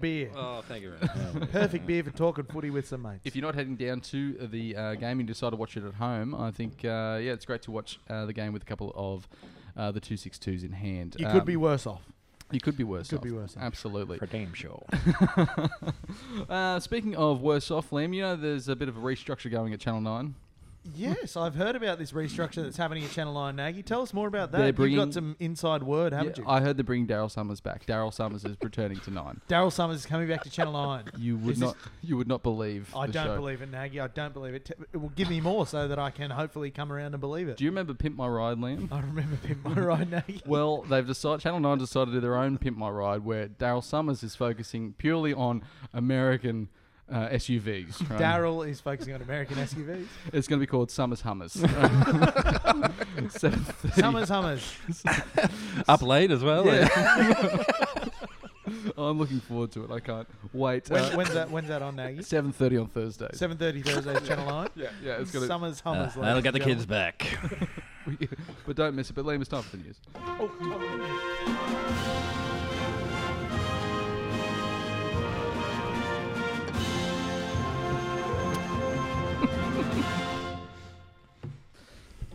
Speaker 3: beer.
Speaker 2: Oh, thank you very much.
Speaker 3: Perfect beer for talking footy with some mates.
Speaker 1: if you're not heading down to the uh, game and you decide to watch it at home, I think uh, yeah, it's great to watch uh, the game with a couple of uh, the two six twos in hand.
Speaker 3: you could
Speaker 1: Um,
Speaker 3: be worse off.
Speaker 1: you could be worse.
Speaker 3: could
Speaker 1: off.
Speaker 3: be worse off.
Speaker 1: Absolutely.
Speaker 2: For damn sure.
Speaker 1: Uh, speaking of worse off, Liam, you know there's a bit of a restructure going at Channel Nine.
Speaker 3: Yes, I've heard about this restructure that's happening at Channel 9 Nagy. Tell us more about
Speaker 1: They're
Speaker 3: that. You've
Speaker 1: bringing-
Speaker 3: got some inside word, haven't
Speaker 1: Yeah,
Speaker 3: you?
Speaker 1: I heard they're bringing Daryl Summers back. Daryl Summers is returning to Nine.
Speaker 3: Daryl Summers is coming back to Channel 9.
Speaker 1: You would
Speaker 3: Is this-
Speaker 1: not. You would not believe.
Speaker 3: I
Speaker 1: the
Speaker 3: don't
Speaker 1: show.
Speaker 3: believe it, Nagy. I don't believe it. T- It will give me more so that I can hopefully come around and believe it.
Speaker 1: Do you remember Pimp My Ride, Liam?
Speaker 3: I remember Pimp My Ride, Nagy.
Speaker 1: Well, they've decided Channel Nine decided to do their own Pimp My Ride, where Daryl Summers is focusing purely on American uh, SUVs. right?
Speaker 3: Daryl is focusing on American SUVs.
Speaker 1: it's going to be called Summers Hummers. Seven thirty
Speaker 3: Summers Hummers.
Speaker 2: Up late as well. eh?
Speaker 1: I'm looking forward to it. I can't wait.
Speaker 3: When,
Speaker 1: Uh,
Speaker 3: when's, that, when's that on, Nagy?
Speaker 1: Seven thirty on Thursday.
Speaker 3: 7.30 Thursdays, Channel 9.
Speaker 1: Yeah, yeah, it's going to.
Speaker 3: Summers
Speaker 2: Uh,
Speaker 3: Hummers. ladies
Speaker 2: that'll
Speaker 3: and
Speaker 2: get the kids
Speaker 3: gentlemen.
Speaker 2: back.
Speaker 1: But don't miss it. But Liam, it's time for the news.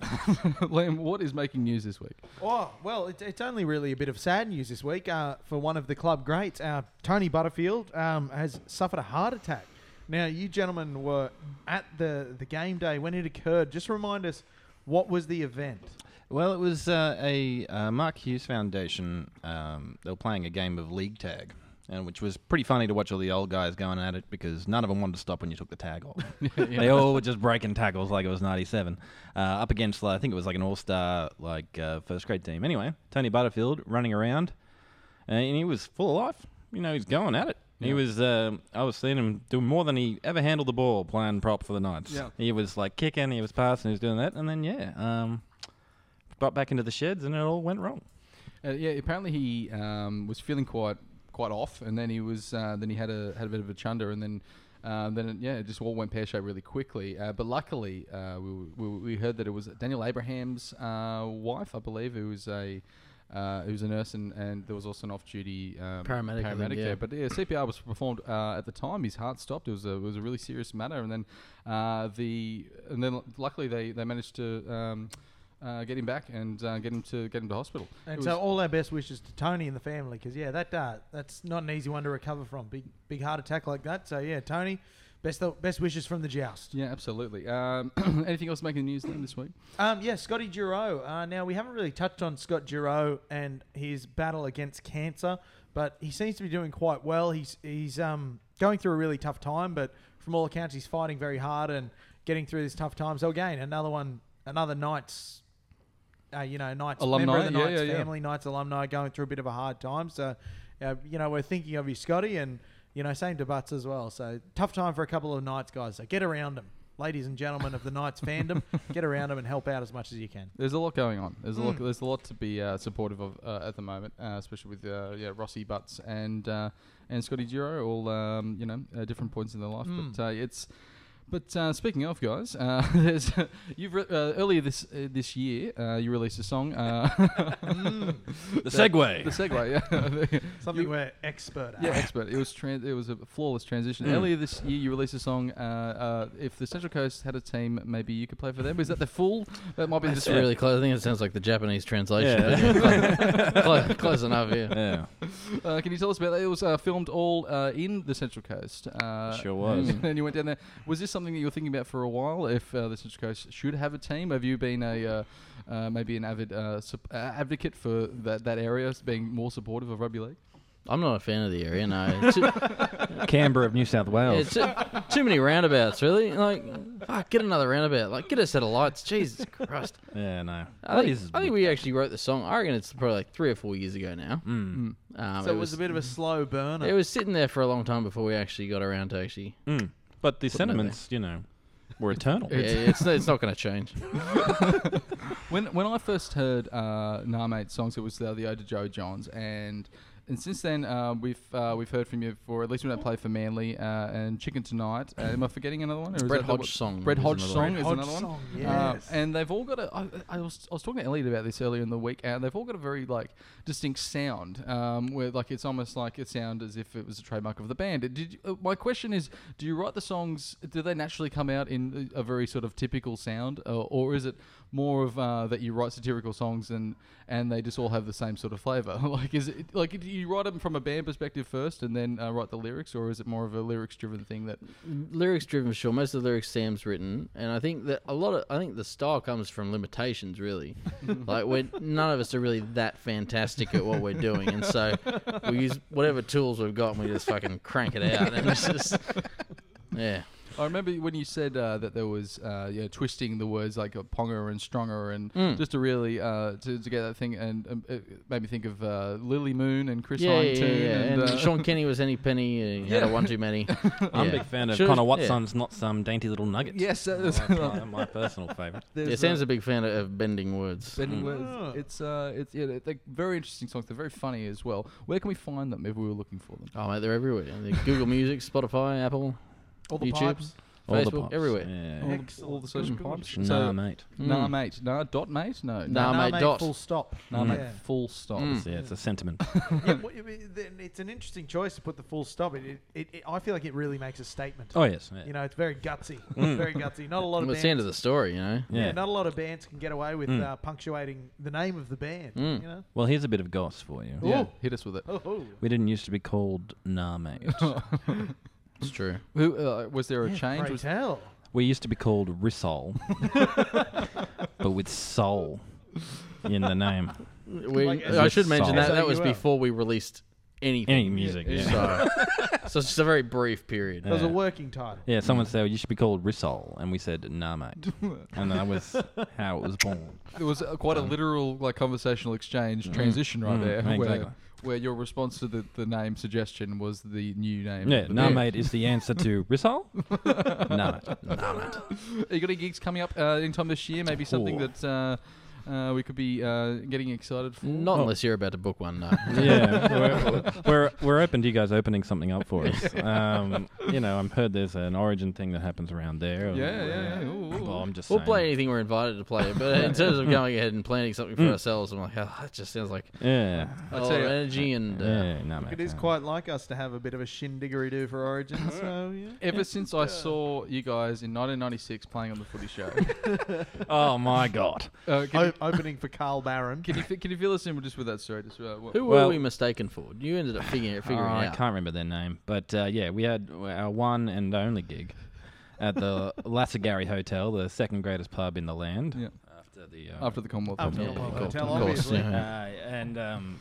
Speaker 1: Liam, what is making news this week?
Speaker 3: Oh, well, it, it's only really a bit of sad news this week uh, for one of the club greats. Uh, Tony Butterfield um, has suffered a heart attack. Now, you gentlemen were at the, the game day when it occurred. Just remind us, what was the event?
Speaker 2: Well, it was uh, a uh, Mark Hughes Foundation. Um, they were playing a game of league tag, and which was pretty funny to watch all the old guys going at it because none of them wanted to stop when you took the tag off. They all were just breaking tackles like it was '97. Uh, up against, like, I think it was like an all-star, like uh, first grade team. Anyway, Tony Butterfield running around, and he was full of life. You know, he's going at it. He was. um I was seeing him do more than he ever handled the ball playing prop for the Knights.
Speaker 1: Yeah.
Speaker 2: He was like kicking, he was passing, he was doing that, and then yeah. Um, got back into the sheds and it all went wrong.
Speaker 1: Uh, yeah, apparently he um, was feeling quite quite off, and then he was uh, then he had a had a bit of a chunder, and then um, then it, yeah, it just all went pear shaped really quickly. Uh, but luckily, uh, we, were- we were- we heard that it was Daniel Abraham's uh, wife, I believe, who was a uh, who was a nurse, and, and there was also an off duty um,
Speaker 4: Paramedic, I think,
Speaker 1: paramedic there.
Speaker 4: yeah.
Speaker 1: But yeah, CPR was performed uh, at the time. His heart stopped. It was a it was a really serious matter, and then uh, the and then luckily they they managed to. Um, uh, get him back and uh, get him to get him to hospital.
Speaker 3: And
Speaker 1: It
Speaker 3: so,
Speaker 1: was-
Speaker 3: all our best wishes to Tony and the family, because yeah, that uh, that's not an easy one to recover from. Big big heart attack like that. So yeah, Tony, best best wishes from the joust.
Speaker 1: yeah, absolutely. Um, anything else making the news then this week?
Speaker 3: Um, yeah, Scotty Giroux. Uh, now, we haven't really touched on Scott Giroux and his battle against cancer, but he seems to be doing quite well. He's he's um, going through a really tough time, but from all accounts, he's fighting very hard and getting through this tough time. So again, another one, another Knights, uh, you know, Knights member of the
Speaker 1: Alumni? Yeah,
Speaker 3: Knights
Speaker 1: yeah, yeah.
Speaker 3: family, Knights alumni, going through a bit of a hard time. So, uh, you know, we're thinking of you, Scotty, and you know, same to Butts as well. So tough time for a couple of Knights guys. So get around them. Ladies and gentlemen of the Knights fandom, get around them and help out as much as you can.
Speaker 1: There's a lot going on. There's a lot. There's a lot to be uh, supportive of uh, at the moment, uh, especially with uh, yeah Rossi Butts and uh, and Scotty Giro, all um, you know uh, different points in their life. But uh, it's but uh, speaking of guys, uh, there's you've re- uh, earlier this uh, this year uh, you released a song. Uh,
Speaker 2: The segue.
Speaker 1: the segue, yeah,
Speaker 3: Something
Speaker 1: You-
Speaker 3: we're expert at.
Speaker 1: yeah, expert. It was tran it was a flawless transition. Earlier this year, you released a song. Uh, uh, if the Central Coast had a team, maybe you could play for them. Is that the full? That might be
Speaker 4: It's
Speaker 1: just
Speaker 4: really close. I think it sounds like the Japanese translation.
Speaker 6: Yeah.
Speaker 4: but close, close enough, yeah.
Speaker 6: Yeah,
Speaker 1: Uh, can you tell us about that? It was uh, filmed all uh, in the Central Coast. Uh,
Speaker 6: Sure was.
Speaker 1: And then you went down there. Was this something that you were thinking about for a while? If uh, the Central Coast should have a team, have you been a uh, uh, maybe an avid uh, sup- uh, advocate for that that area as being more supportive of rugby league?
Speaker 4: I'm not a fan of the area, no. Too,
Speaker 6: Canberra of New South
Speaker 4: yeah,
Speaker 6: Wales.
Speaker 4: too, too many roundabouts, really. Like, fuck, get another roundabout. Like, get a set of lights. Jesus Christ.
Speaker 6: Yeah, no.
Speaker 4: I think, I think we actually wrote the song. I reckon it's probably like three or four years ago now.
Speaker 2: Hmm.
Speaker 6: Mm.
Speaker 4: Um,
Speaker 3: So it was a bit of a slow burner.
Speaker 4: It was sitting there for a long time before we actually got around to actually.
Speaker 6: Mm. But the
Speaker 4: it out there.
Speaker 6: sentiments, you know, were eternal.
Speaker 4: Yeah, it's, it's not going to change.
Speaker 1: When when I first heard uh, Nah Mate songs, it was uh, the Ode to Joe Johns, and and since then uh, we've uh, we've heard from you before. At least we don't play for Manly uh, and Chicken Tonight. Uh, am I forgetting another one? Or is
Speaker 4: Brett
Speaker 1: that the one-
Speaker 4: Hodge song
Speaker 1: Brett
Speaker 4: is
Speaker 1: Hodge
Speaker 4: another
Speaker 1: song
Speaker 4: one.
Speaker 1: is
Speaker 3: Hodge
Speaker 1: another one.
Speaker 3: song,
Speaker 1: Uh,
Speaker 3: yes.
Speaker 1: and they've all got a. I, I was I was talking to Elliot about this earlier in the week, and they've all got a very like distinct sound, um, where like it's almost like it sounds as if it was a trademark of the band. Did you, uh, my question is, do you write the songs? Do they naturally come out in a a very sort of typical sound, uh, or is it more of uh, that you write satirical songs and and they just all have the same sort of flavor? like is it like do you write them from a band perspective first and then uh, write the lyrics, or is it more of a lyrics driven thing that
Speaker 4: lyrics driven for sure. Most of the lyrics Sam's written, and I think that a lot of I think the style comes from limitations really. like we none of us are really that fantastic at what we're doing, and so we use whatever tools we've got, and we just fucking crank it out, and it's just yeah.
Speaker 1: I remember when you said uh, that there was uh, yeah twisting the words like a ponger and stronger and
Speaker 4: Mm.
Speaker 1: just to really uh, to, to get that thing and um, it made me think of uh, Lily Moon and Chris
Speaker 4: Yeah, yeah, yeah,
Speaker 1: Hyne tune
Speaker 4: yeah.
Speaker 1: and,
Speaker 4: And,
Speaker 1: uh,
Speaker 4: Sean Kenny was any penny. uh, He had a one too many.
Speaker 6: I'm a
Speaker 4: Yeah.
Speaker 6: big fan of
Speaker 4: Should've-
Speaker 6: Connor
Speaker 4: yeah.
Speaker 6: Watson's Not Some Dainty Little Nugget.
Speaker 1: yes, that
Speaker 6: That's
Speaker 1: is-
Speaker 6: my, my personal favourite.
Speaker 1: there's,
Speaker 4: Oh, Yeah,
Speaker 1: uh,
Speaker 4: Sam's a big fan of, of bending words.
Speaker 1: Bending
Speaker 6: Mm.
Speaker 3: Ah.
Speaker 1: words. It's uh, it's yeah, they're- they're very interesting songs. They're very funny as well. Where can we find them if we were looking for them?
Speaker 4: Oh mate, they're everywhere. They're Google Music, Spotify, Apple,
Speaker 3: All the
Speaker 4: YouTube,
Speaker 3: pipes.
Speaker 6: All the
Speaker 4: Facebook,
Speaker 6: pops.
Speaker 4: everywhere.
Speaker 6: Yeah.
Speaker 1: All the,
Speaker 3: Excellent.
Speaker 1: all the social pipes.
Speaker 6: Nah, mate.
Speaker 1: Nah,
Speaker 4: Mm.
Speaker 1: mate. Nah, dot mate. No.
Speaker 4: Nah, mate, dot.
Speaker 3: Full stop.
Speaker 1: Nah, mate.
Speaker 3: Yeah.
Speaker 1: Full stop.
Speaker 4: Mm.
Speaker 6: Yeah, it's a sentiment.
Speaker 3: Yeah, well, I mean, then it's an interesting choice to put the full stop. It, it, it, it- I feel like it really makes a statement.
Speaker 6: Oh yes. Yeah.
Speaker 3: You know, it's very gutsy. very gutsy. Not a lot
Speaker 4: Mm.
Speaker 3: of
Speaker 4: Well, it's the end
Speaker 3: bands.
Speaker 4: of the story, you know.
Speaker 6: Yeah.
Speaker 3: yeah, not a lot of bands can get away with
Speaker 6: Mm.
Speaker 3: uh, punctuating the name of the band.
Speaker 4: Mm.
Speaker 3: You know.
Speaker 6: Well, here's a bit of goss for you.
Speaker 1: Yeah.
Speaker 3: Ooh.
Speaker 1: Hit us with it.
Speaker 3: Oh, oh.
Speaker 6: We didn't used to be called Nah, mate.
Speaker 4: It's true.
Speaker 1: Who uh, was there a change?
Speaker 3: Pray
Speaker 1: Was,
Speaker 3: tell.
Speaker 6: we used to be called Rissol, but with soul in the name.
Speaker 4: We,
Speaker 3: Like,
Speaker 4: I should mention that
Speaker 6: S-O-U-L.
Speaker 4: that was before we released anything.
Speaker 6: Any music. Yeah. Yeah.
Speaker 4: So, so it's just a very brief period.
Speaker 3: That was a working title.
Speaker 6: someone said you should be called Rissol, and we said Nah, mate, and that was how it was born.
Speaker 1: It was uh, quite a literal, like, conversational exchange transition right
Speaker 6: Mm,
Speaker 1: there, where,
Speaker 6: exactly.
Speaker 1: where your response to the, the name suggestion was the new name.
Speaker 6: Yeah,
Speaker 1: of the
Speaker 6: Nah,
Speaker 1: band.
Speaker 6: mate is the answer to Rissol. nah, mate.
Speaker 1: Are you got any gigs coming up uh, anytime this year? Maybe something
Speaker 6: Oh.
Speaker 1: that uh, uh, we could be uh, getting excited for.
Speaker 4: Not unless you're about to book one, no.
Speaker 2: Oh. yeah, we're, we're we're open to you guys opening something up for us. Um, you know, I've heard there's an origin thing that happens around there.
Speaker 1: Yeah, yeah, yeah. Ooh, ooh.
Speaker 2: Well, I'm just
Speaker 4: We'll
Speaker 2: saying.
Speaker 4: play anything we're invited to play, but in terms of going ahead and planning something
Speaker 2: Mm.
Speaker 4: for ourselves, I'm like, oh, that just sounds like
Speaker 2: Yeah,
Speaker 4: a
Speaker 1: I'll
Speaker 4: lot
Speaker 1: tell
Speaker 4: of
Speaker 1: you-
Speaker 4: energy and uh,
Speaker 2: yeah, no,
Speaker 3: Look,
Speaker 2: mate,
Speaker 3: it is
Speaker 2: no.
Speaker 3: quite like us to have a bit of a shindiggery do for Origin, so yeah.
Speaker 1: Ever since I saw you guys in 1996 playing on the Footy Show,
Speaker 2: Oh my god.
Speaker 1: uh, can,
Speaker 3: O-
Speaker 1: you,
Speaker 3: opening for Carl Barron.
Speaker 1: can you fi- can you fill us in with just with that story? Just uh, what,
Speaker 4: Who
Speaker 2: Well-
Speaker 4: were we mistaken for? You ended up figuring it, figuring
Speaker 2: Oh,
Speaker 4: it
Speaker 2: I
Speaker 4: out.
Speaker 2: can't remember their name, but uh, yeah, we had our one and only gig at the Lasagari Hotel, the second greatest pub in the land.
Speaker 1: Yeah.
Speaker 2: After the uh,
Speaker 1: after the Commonwealth? Cup?
Speaker 3: After the
Speaker 2: yeah,
Speaker 3: Commonwealth
Speaker 2: cool.
Speaker 3: Hotel,
Speaker 4: Of course,
Speaker 3: obviously.
Speaker 4: yeah.
Speaker 2: Uh, and um,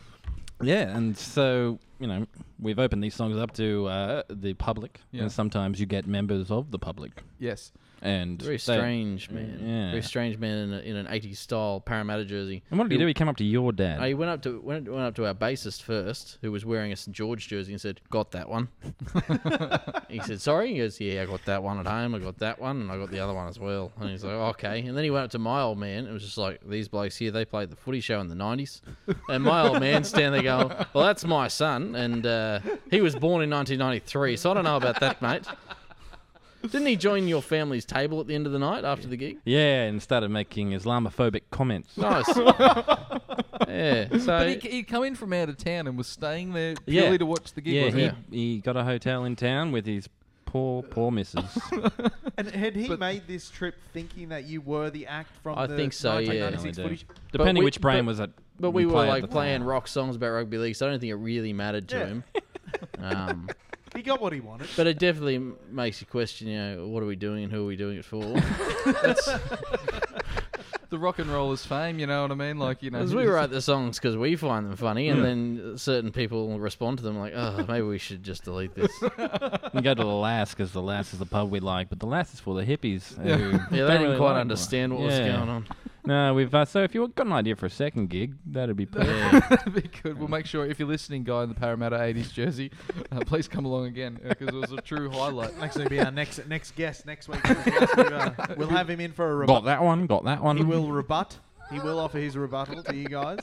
Speaker 2: yeah, and so you know we've opened these songs up to uh, the public,
Speaker 1: Yeah.
Speaker 2: and sometimes you get members of the public,
Speaker 1: Yes.
Speaker 2: and
Speaker 4: Very
Speaker 2: they-
Speaker 4: strange man.
Speaker 2: Yeah.
Speaker 4: Very strange man in, a, in an 80s style Parramatta jersey.
Speaker 2: And what did he do? He came up to your dad.
Speaker 4: I Uh, went up to went, went up to our bassist first, who was wearing a St George jersey, and said, "Got that one." he said, "Sorry." He goes, "Yeah, I got that one at home. I got that one, and I got the other one as well." And he's like, "Okay." And then he went up to my old man. It was just like these blokes here. They played the footy show in the '90s, and my old man standing there going, "Well, that's my son, and uh, he was born in 1993, so I don't know about that, mate." Didn't he join your family's table at the end of the night after the gig?
Speaker 2: yeah, and started making Islamophobic comments.
Speaker 4: Nice. yeah. So
Speaker 1: But Uh, he, he'd come in from out of town and was staying there
Speaker 2: Yeah.
Speaker 1: purely to watch the gig.
Speaker 2: Yeah,
Speaker 1: wasn't
Speaker 2: he,
Speaker 1: he?
Speaker 4: Yeah.
Speaker 2: he got a hotel in town with his poor, poor missus.
Speaker 3: And had he
Speaker 1: But-
Speaker 3: made this trip thinking that you were the act from
Speaker 4: I
Speaker 3: the
Speaker 4: think so, yeah.
Speaker 3: 1996
Speaker 2: No idea.
Speaker 3: footage?
Speaker 2: Depending
Speaker 4: we-
Speaker 2: which brain
Speaker 4: but-
Speaker 2: was at.
Speaker 4: But we were
Speaker 2: play at the
Speaker 4: like
Speaker 2: time.
Speaker 4: playing rock songs about rugby league, so I don't think it really mattered to
Speaker 3: Yeah.
Speaker 4: him. Um,
Speaker 3: He got what he wanted.
Speaker 4: but it definitely m- makes you question, you know, what are we doing and who are we doing it for?
Speaker 1: the rock and rollers fame. You know what I mean? Like you know,
Speaker 4: Because
Speaker 1: he
Speaker 4: we
Speaker 1: was-
Speaker 4: write the songs because we find them funny, and then certain people respond to them like, oh, maybe we should just delete this.
Speaker 2: We go to the Lass because the Lass is the pub we like, but the Lass is for the hippies.
Speaker 1: Yeah.
Speaker 2: who
Speaker 4: Yeah,
Speaker 2: don't
Speaker 4: they didn't
Speaker 2: really
Speaker 4: quite
Speaker 2: like
Speaker 4: understand what was
Speaker 2: Yeah.
Speaker 4: going on.
Speaker 2: No, we've uh, so if you got an idea for a second gig, that'd be perfect.
Speaker 1: That'd be good. We'll make sure if you're listening, guy in the Parramatta '80s jersey, uh, please come along again because it was a true highlight.
Speaker 3: Actually, be our next next guest next week. Uh, we'll have him in for a rebuttal.
Speaker 2: got that one. Got that one.
Speaker 3: He will rebut. He will offer his rebuttal to you guys.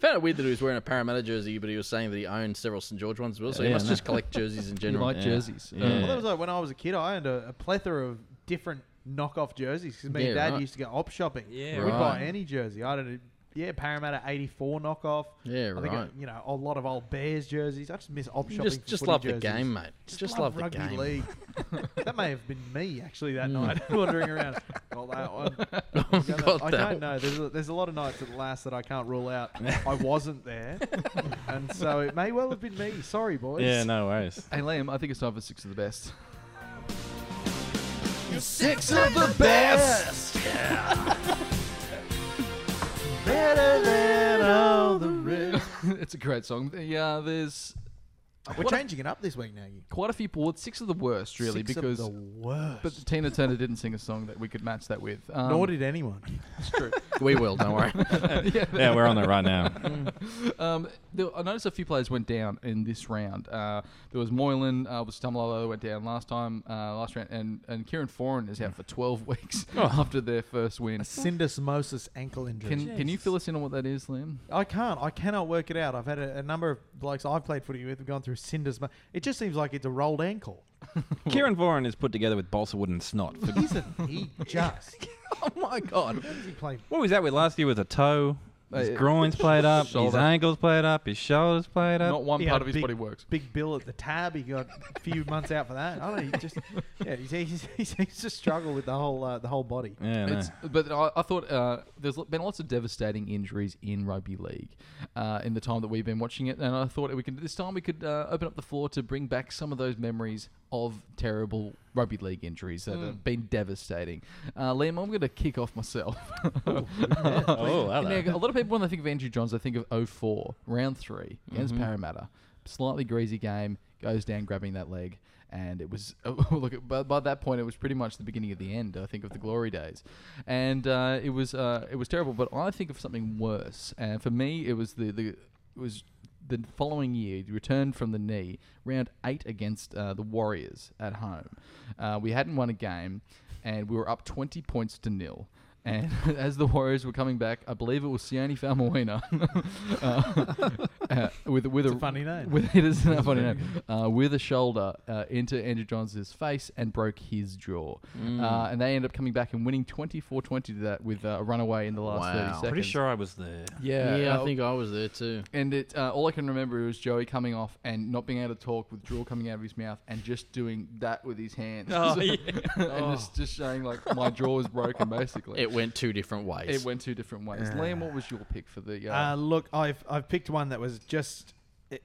Speaker 4: Found it weird that he was wearing a Parramatta jersey, but he was saying that he owned several St George ones as well, so he
Speaker 2: Yeah,
Speaker 4: must
Speaker 2: no.
Speaker 4: just collect jerseys in
Speaker 1: You
Speaker 4: general.
Speaker 1: like
Speaker 2: Yeah.
Speaker 1: jerseys? Um,
Speaker 2: Yeah.
Speaker 3: Well, that was like when I was a kid. I owned a, a plethora of different knockoff jerseys because me and
Speaker 4: Yeah,
Speaker 3: Dad
Speaker 4: right.
Speaker 3: used to go op shopping.
Speaker 2: Yeah,
Speaker 3: we'd buy
Speaker 4: right.
Speaker 3: any jersey. I did. A, yeah, Parramatta '84 knockoff.
Speaker 4: Yeah,
Speaker 3: I think uh,
Speaker 4: right.
Speaker 3: you know a lot of old Bears jerseys. I just miss op shopping.
Speaker 4: Just,
Speaker 3: for
Speaker 4: just
Speaker 3: footy
Speaker 4: love
Speaker 3: jerseys.
Speaker 4: the game, mate. Just, love, the
Speaker 3: rugby
Speaker 4: game.
Speaker 3: league. that may have been me actually that night wandering around. Got that one.
Speaker 4: Got
Speaker 3: I
Speaker 4: that
Speaker 3: don't know. There's a, there's a lot of nights at last that I can't rule out. I wasn't there, and so it may well have been me. Sorry, boys.
Speaker 2: Yeah, no worries.
Speaker 1: Hey Liam, I think it's time for six of the best.
Speaker 3: Six of the best. Better than all the rest.
Speaker 1: it's a great song. Yeah, there's
Speaker 3: We're changing it up this week, now.
Speaker 1: quite a few. Well, it's six of the worst, really,
Speaker 3: Six of
Speaker 1: because
Speaker 3: the worst.
Speaker 1: but Tina Turner didn't sing a song that we could match that with. Um,
Speaker 3: Nor did anyone.
Speaker 1: it's true.
Speaker 4: We will, don't worry.
Speaker 2: Yeah, we're on it right now.
Speaker 1: Um, there, I noticed a few players went down in this round. Uh, there was Moylan, uh, was Stumalolo went down last time, uh, last round, and, and Kieran Foran is out for
Speaker 3: Hmm.
Speaker 1: 12 weeks
Speaker 3: Oh.
Speaker 1: after their first win.
Speaker 3: Syndesmosis ankle injury.
Speaker 1: Can, can you fill us in on what that is, Liam?
Speaker 3: I can't. I cannot work it out. I've had a, a number of blokes I've played footy with have gone through cinders. It just seems like it's a rolled ankle.
Speaker 2: Kieran Voran is put together with balsa wood and snot. For,
Speaker 3: Isn't he just?
Speaker 2: oh my god.
Speaker 3: He played
Speaker 2: What was that with last year? Was a toe. His
Speaker 1: Uh,
Speaker 2: groin's played up, his
Speaker 1: shoulder.
Speaker 2: ankles played up, his shoulders played up.
Speaker 1: Not one
Speaker 3: uh, Yeah,
Speaker 1: part of his
Speaker 3: big-
Speaker 1: body works.
Speaker 3: big bill at the tab. He got a few months out for that. I don't know. He just yeah, he's, he's, he's, he's just struggled with the whole uh, the whole body.
Speaker 2: yeah, no.
Speaker 1: It's, but I, I thought uh, there's lo- been lots of devastating injuries in rugby league uh, in the time that we've been watching it, and I thought we could this time we could uh, open up the floor to bring back some of those memories of terrible rugby league injuries that have been devastating. Uh, Liam, I'm going to kick off myself.
Speaker 2: oh, hello.
Speaker 1: Now, a lot of people, when they think of Andrew Johns, they think of 04, round three against Parramatta. Slightly greasy game, goes down grabbing that leg. And it was, oh, look, by, by that point, it was pretty much the beginning of the end, I think, of the glory days. And uh, it was uh, it was terrible, but I think of something worse. And for me, it was the, the, it was the following year, he returned from the knee, round eight against uh, the Warriors at home. Uh, we hadn't won a game, and we were up 20 points to nil. And as the Warriors were coming back, I believe it was Sione Falmawina uh, uh, with with
Speaker 3: It's a funny name.
Speaker 1: With, it is a funny name. Uh, with a shoulder uh, into Andrew Johns' face and broke his jaw.
Speaker 4: Mm.
Speaker 1: Uh, and they end up coming back and winning 24-20 to that with uh, a runaway in the last
Speaker 4: Wow.
Speaker 1: 30 seconds.
Speaker 2: Pretty sure I was there.
Speaker 1: Yeah,
Speaker 4: Yeah,
Speaker 1: uh,
Speaker 4: I think I was there too.
Speaker 1: and it uh, all I can remember was Joey coming off and not being able to talk with draw coming out of his mouth and just doing that with his hands.
Speaker 2: Oh, yeah.
Speaker 1: and just, just showing like my jaw is broken basically.
Speaker 4: It went two different ways.
Speaker 1: It went two different ways. Liam, what was your pick for the uh,
Speaker 3: Uh, look, I've I've picked one that was just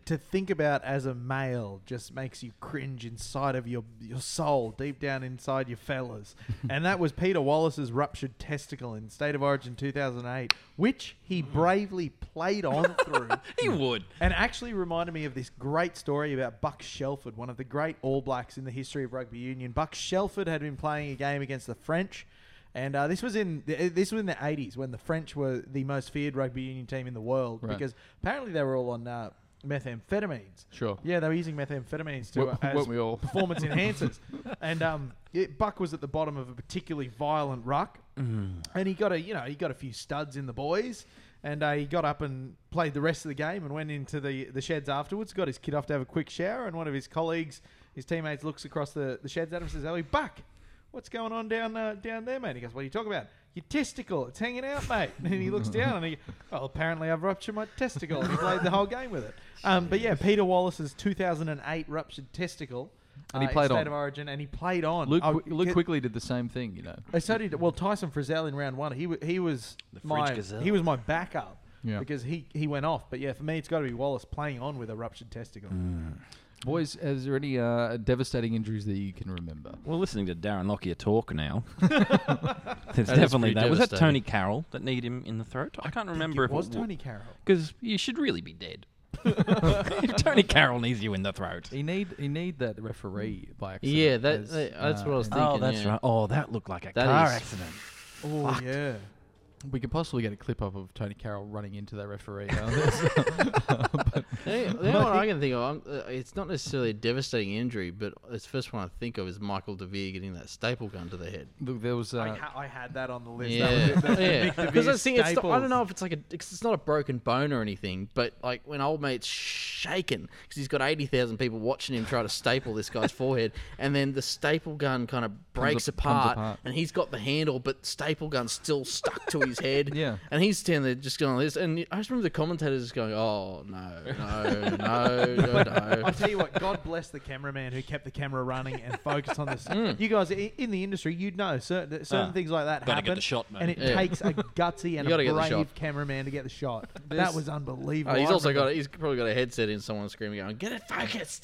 Speaker 3: to think about as a male just makes you cringe inside of your your soul, deep down inside your fellas. and that was Peter Wallace's ruptured testicle in State of Origin 2008, which he bravely played on through.
Speaker 2: He would.
Speaker 3: And actually reminded me of this great story about Buck Shelford, one of the great All Blacks in the history of rugby union. Buck Shelford had been playing a game against the French, and uh, this was in the, this was in the eighties when the French were the most feared rugby union team in the world
Speaker 1: Right.
Speaker 3: because apparently they were all on uh, methamphetamines.
Speaker 1: Sure.
Speaker 3: Yeah, they were using methamphetamines to
Speaker 1: Weren't-
Speaker 3: uh, as
Speaker 1: weren't we all?
Speaker 3: performance enhancers. And um, it, Buck was at the bottom of a particularly violent ruck, and he got a you know he got a few studs in the boys, and uh, he got up and played the rest of the game and went into the the sheds afterwards. Got his kid off to have a quick shower, and one of his colleagues, his teammates, looks across the, the sheds at him and says, "Ellie, Buck." What's going on down uh, down there, mate? He goes, What are you talking about? Your testicle, it's hanging out, mate. And he looks down and he, Well, apparently I've ruptured my testicle. And he played the whole game with it. Um, but yeah, Peter Wallace's 2008 ruptured testicle.
Speaker 1: And he
Speaker 3: uh, in
Speaker 1: played
Speaker 3: State
Speaker 1: on.
Speaker 3: of Origin, and he played on. Oh,
Speaker 1: Luke?
Speaker 3: I-
Speaker 1: Qui- Luke
Speaker 3: get-
Speaker 1: quickly did the same thing, you know.
Speaker 3: I so did well Tyson Frizzell in round one. He wa- he was
Speaker 2: fridge
Speaker 3: my
Speaker 2: gazelle.
Speaker 3: he was my backup
Speaker 1: Yeah.
Speaker 3: because he he went off. But yeah, for me, it's got to be Wallace playing on with a ruptured testicle.
Speaker 1: Boys, is there any uh, devastating injuries that you can remember?
Speaker 6: Well, listening to Darren Lockyer talk now, it's
Speaker 4: That is
Speaker 6: definitely
Speaker 4: pretty
Speaker 6: that. Was that
Speaker 4: devastating.
Speaker 6: Tony Carroll that kneed him in the throat? I can't remember
Speaker 3: it
Speaker 6: if
Speaker 3: was
Speaker 6: it
Speaker 3: Tony Carroll.
Speaker 6: because you should really be dead. if Tony Carroll knees you in the throat.
Speaker 1: He need he need that referee by accident. uh,
Speaker 4: Yeah, that, that- that's what I was thinking.
Speaker 6: oh, that's
Speaker 4: yeah.
Speaker 6: right. Oh, that looked like a
Speaker 4: That
Speaker 6: car
Speaker 4: is-
Speaker 6: accident.
Speaker 3: Oh yeah,
Speaker 1: We could possibly get a clip up of Tony Carroll running into that referee. Uh,
Speaker 4: Yeah, the only one I can think of, um, uh, it's not necessarily a devastating injury, but it's the first one I think of is Michael DeVere getting that staple gun to the head.
Speaker 1: Look, there was uh,
Speaker 3: I, ha- I had that on the list. That was it.
Speaker 4: Yeah,
Speaker 3: That's
Speaker 4: yeah.
Speaker 3: Mick
Speaker 4: Because I
Speaker 3: DeVere's
Speaker 4: think it's not, I
Speaker 3: staples.
Speaker 4: don't know if it's like a, 'cause it's not a broken bone or anything, but like when old mate's shaken because he's got eighty thousand people watching him try to staple this guy's forehead, and then the staple gun kind of breaks
Speaker 1: up- comes
Speaker 4: apart,
Speaker 1: apart.
Speaker 4: and he's got the handle, but the staple gun's still stuck to his head.
Speaker 1: Yeah.
Speaker 4: and he's standing there just going like this, and I just remember the commentators just going, "Oh no, no, no, no, no."
Speaker 3: I tell you what, God bless the cameraman who kept the camera running and focused on this.
Speaker 4: Mm.
Speaker 3: You guys i- in the industry, you'd know certain certain
Speaker 6: Ah,
Speaker 3: things like that
Speaker 6: gotta
Speaker 3: happen.
Speaker 6: get the shot, mate.
Speaker 3: And it
Speaker 4: Yeah.
Speaker 3: takes a gutsy and a
Speaker 4: gotta get the
Speaker 3: brave
Speaker 4: shot.
Speaker 3: cameraman to get the shot. that
Speaker 1: This-
Speaker 3: was unbelievable.
Speaker 4: Oh, he's
Speaker 3: I
Speaker 4: also
Speaker 3: remember-
Speaker 4: got he's probably got a headset in someone screaming, going, "Get it focused!"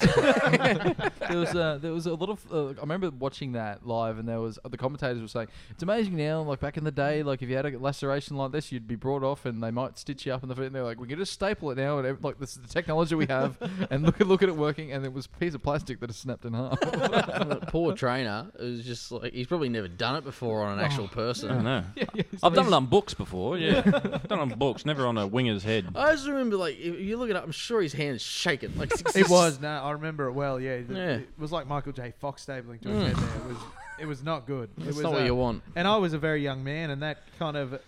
Speaker 1: there was uh, there was a lot of uh, I remember watching that live, and there was the commentators were saying it's amazing now. Like back in the day, like if you had a laceration like this, you'd be brought off, and they might stitch you up in the foot. And they're like, we can just staple it now, and ev- like this is the technology we have, and look at look at it working. And it was a piece of plastic that is snapped in half.
Speaker 4: Poor trainer. It was just like he's probably never done it before
Speaker 3: Oh.
Speaker 4: on an actual person.
Speaker 6: I don't know. I've done it on books before. Yeah, I've done it on books, never on a winger's head.
Speaker 4: I just remember, like, if you look it up, I'm sure his hand's shaking. Like it's
Speaker 3: It
Speaker 4: just-
Speaker 3: was no, I remember it well. Yeah, The-
Speaker 4: Yeah. Mm.
Speaker 3: it was like Michael J. Fox stabling to his head. There, it was, it was not good. It
Speaker 4: That's
Speaker 3: was,
Speaker 4: not what
Speaker 3: uh,
Speaker 4: you want.
Speaker 3: And I was a very young man, and that kind of,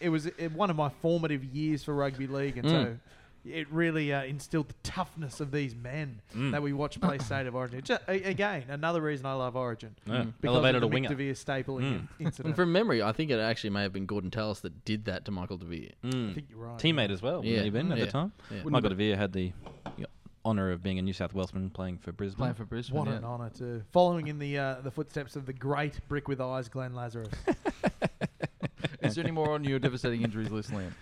Speaker 3: it was uh, one of my formative years for rugby league, and
Speaker 6: Mm.
Speaker 3: so. It really uh, instilled the toughness of these men
Speaker 6: Mm.
Speaker 3: that we watch play State of Origin. Just, a- again, another reason I love Origin.
Speaker 6: Yeah.
Speaker 3: Because
Speaker 6: Elevated
Speaker 3: of the
Speaker 6: a winger. Mm.
Speaker 3: Mick DeVere stapling
Speaker 4: And
Speaker 3: incident.
Speaker 4: from memory, I think it actually may have been Gordon Tallis that did that to Michael DeVere.
Speaker 3: I think you're right.
Speaker 6: Mm. Teammate as well,
Speaker 4: Yeah.
Speaker 6: yeah. even at
Speaker 4: Yeah.
Speaker 6: the time.
Speaker 4: Yeah. Wouldn't
Speaker 6: Michael DeVere had the you know, honour of being a New South Welshman playing for Brisbane.
Speaker 1: Playing for Brisbane.
Speaker 3: What
Speaker 1: yeah.
Speaker 3: an honour to following in the uh, the footsteps of the great brick with eyes, Glenn Lazarus.
Speaker 1: Is there any more on your devastating injuries list, Liam?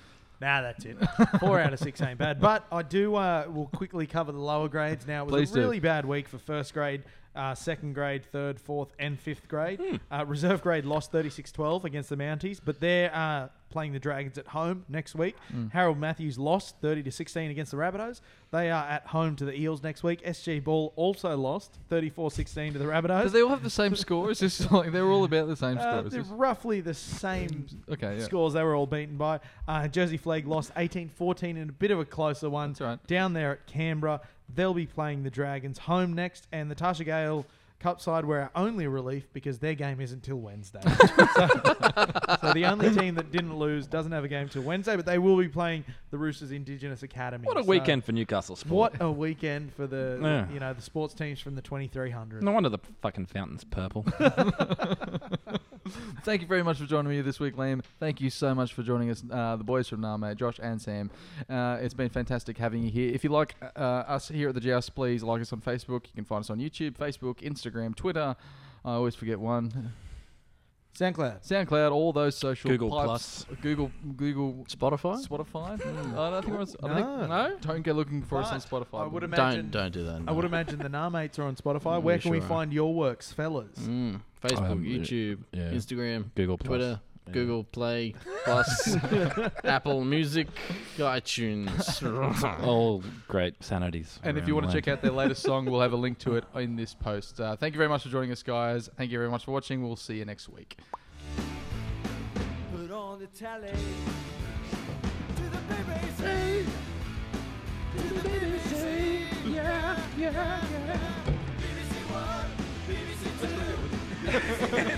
Speaker 3: Nah, that's it. Four out of six ain't bad. But I do. Uh, we'll quickly cover the lower grades now. It was
Speaker 1: Please
Speaker 3: a
Speaker 1: do.
Speaker 3: really bad week for first grade, uh, second grade, third, fourth, and fifth grade.
Speaker 1: Hmm.
Speaker 3: Uh, reserve grade lost 36-12 against the Mounties, but they're uh, playing the Dragons at home next week.
Speaker 1: Hmm.
Speaker 3: Harold Matthews lost 30 to 16 against the Rabbitohs. They are at home to the Eels next week. SG Ball also lost 34-16 to
Speaker 1: Because
Speaker 3: the Rabbitohs.
Speaker 1: they all have the same score. It's just like they're all about the same
Speaker 3: Uh,
Speaker 1: score. It's
Speaker 3: they're
Speaker 1: just-
Speaker 3: roughly the same
Speaker 1: okay, yeah.
Speaker 3: scores they were all beaten by. Uh, Jersey Flag lost 18 14 in a bit of a closer one
Speaker 1: That's right.
Speaker 3: down there at Canberra. They'll be playing the Dragons home next, and the Tasha Gale Cup side were our only relief because their game isn't till Wednesday. so, so the only team that didn't lose doesn't have a game till Wednesday, but they will be playing the Roosters Indigenous Academy.
Speaker 6: What a
Speaker 3: So
Speaker 6: weekend for Newcastle sport.
Speaker 3: What a weekend for the
Speaker 6: Yeah.
Speaker 3: you know the sports teams from the 2300.
Speaker 6: No wonder the fucking fountain's purple.
Speaker 1: Thank you very much for joining me this week, Liam. Thank you so much for joining us, uh, the boys from Name, Josh and Sam. Uh, it's been fantastic having you here. If you like uh, us here at the Joust, please like us on Facebook. You can find us on YouTube, Facebook, Instagram, Twitter. I always forget one.
Speaker 3: SoundCloud.
Speaker 1: SoundCloud, all those social
Speaker 6: Google
Speaker 1: pipes. Google Google
Speaker 4: Spotify?
Speaker 1: Spotify. Mm. I don't think we're on, I
Speaker 3: No.
Speaker 1: think, no. Don't go looking for us on
Speaker 3: But
Speaker 1: Spotify.
Speaker 3: I would
Speaker 4: Don't
Speaker 3: imagine.
Speaker 4: don't do that.
Speaker 3: I
Speaker 4: no.
Speaker 3: would imagine the Narmates are on Spotify.
Speaker 4: Mm,
Speaker 3: Where
Speaker 4: you
Speaker 3: can we
Speaker 4: sure are.
Speaker 3: find your works, fellas?
Speaker 4: Mm. Facebook,
Speaker 6: Um, yeah.
Speaker 4: YouTube,
Speaker 6: Yeah.
Speaker 4: Instagram,
Speaker 6: Google Plus.
Speaker 4: Twitter,
Speaker 6: Yeah.
Speaker 4: Google Play Plus, Apple Music, iTunes.
Speaker 6: All great sanities.
Speaker 1: And if you want to check out their latest song, we'll have a link to it in this post. Uh, thank you very much for joining us, guys. Thank you very much for watching. We'll see you next week.
Speaker 8: Put on the telly. To the BBC. To the BBC. Yeah, yeah, yeah. BBC One, BBC Two. BBC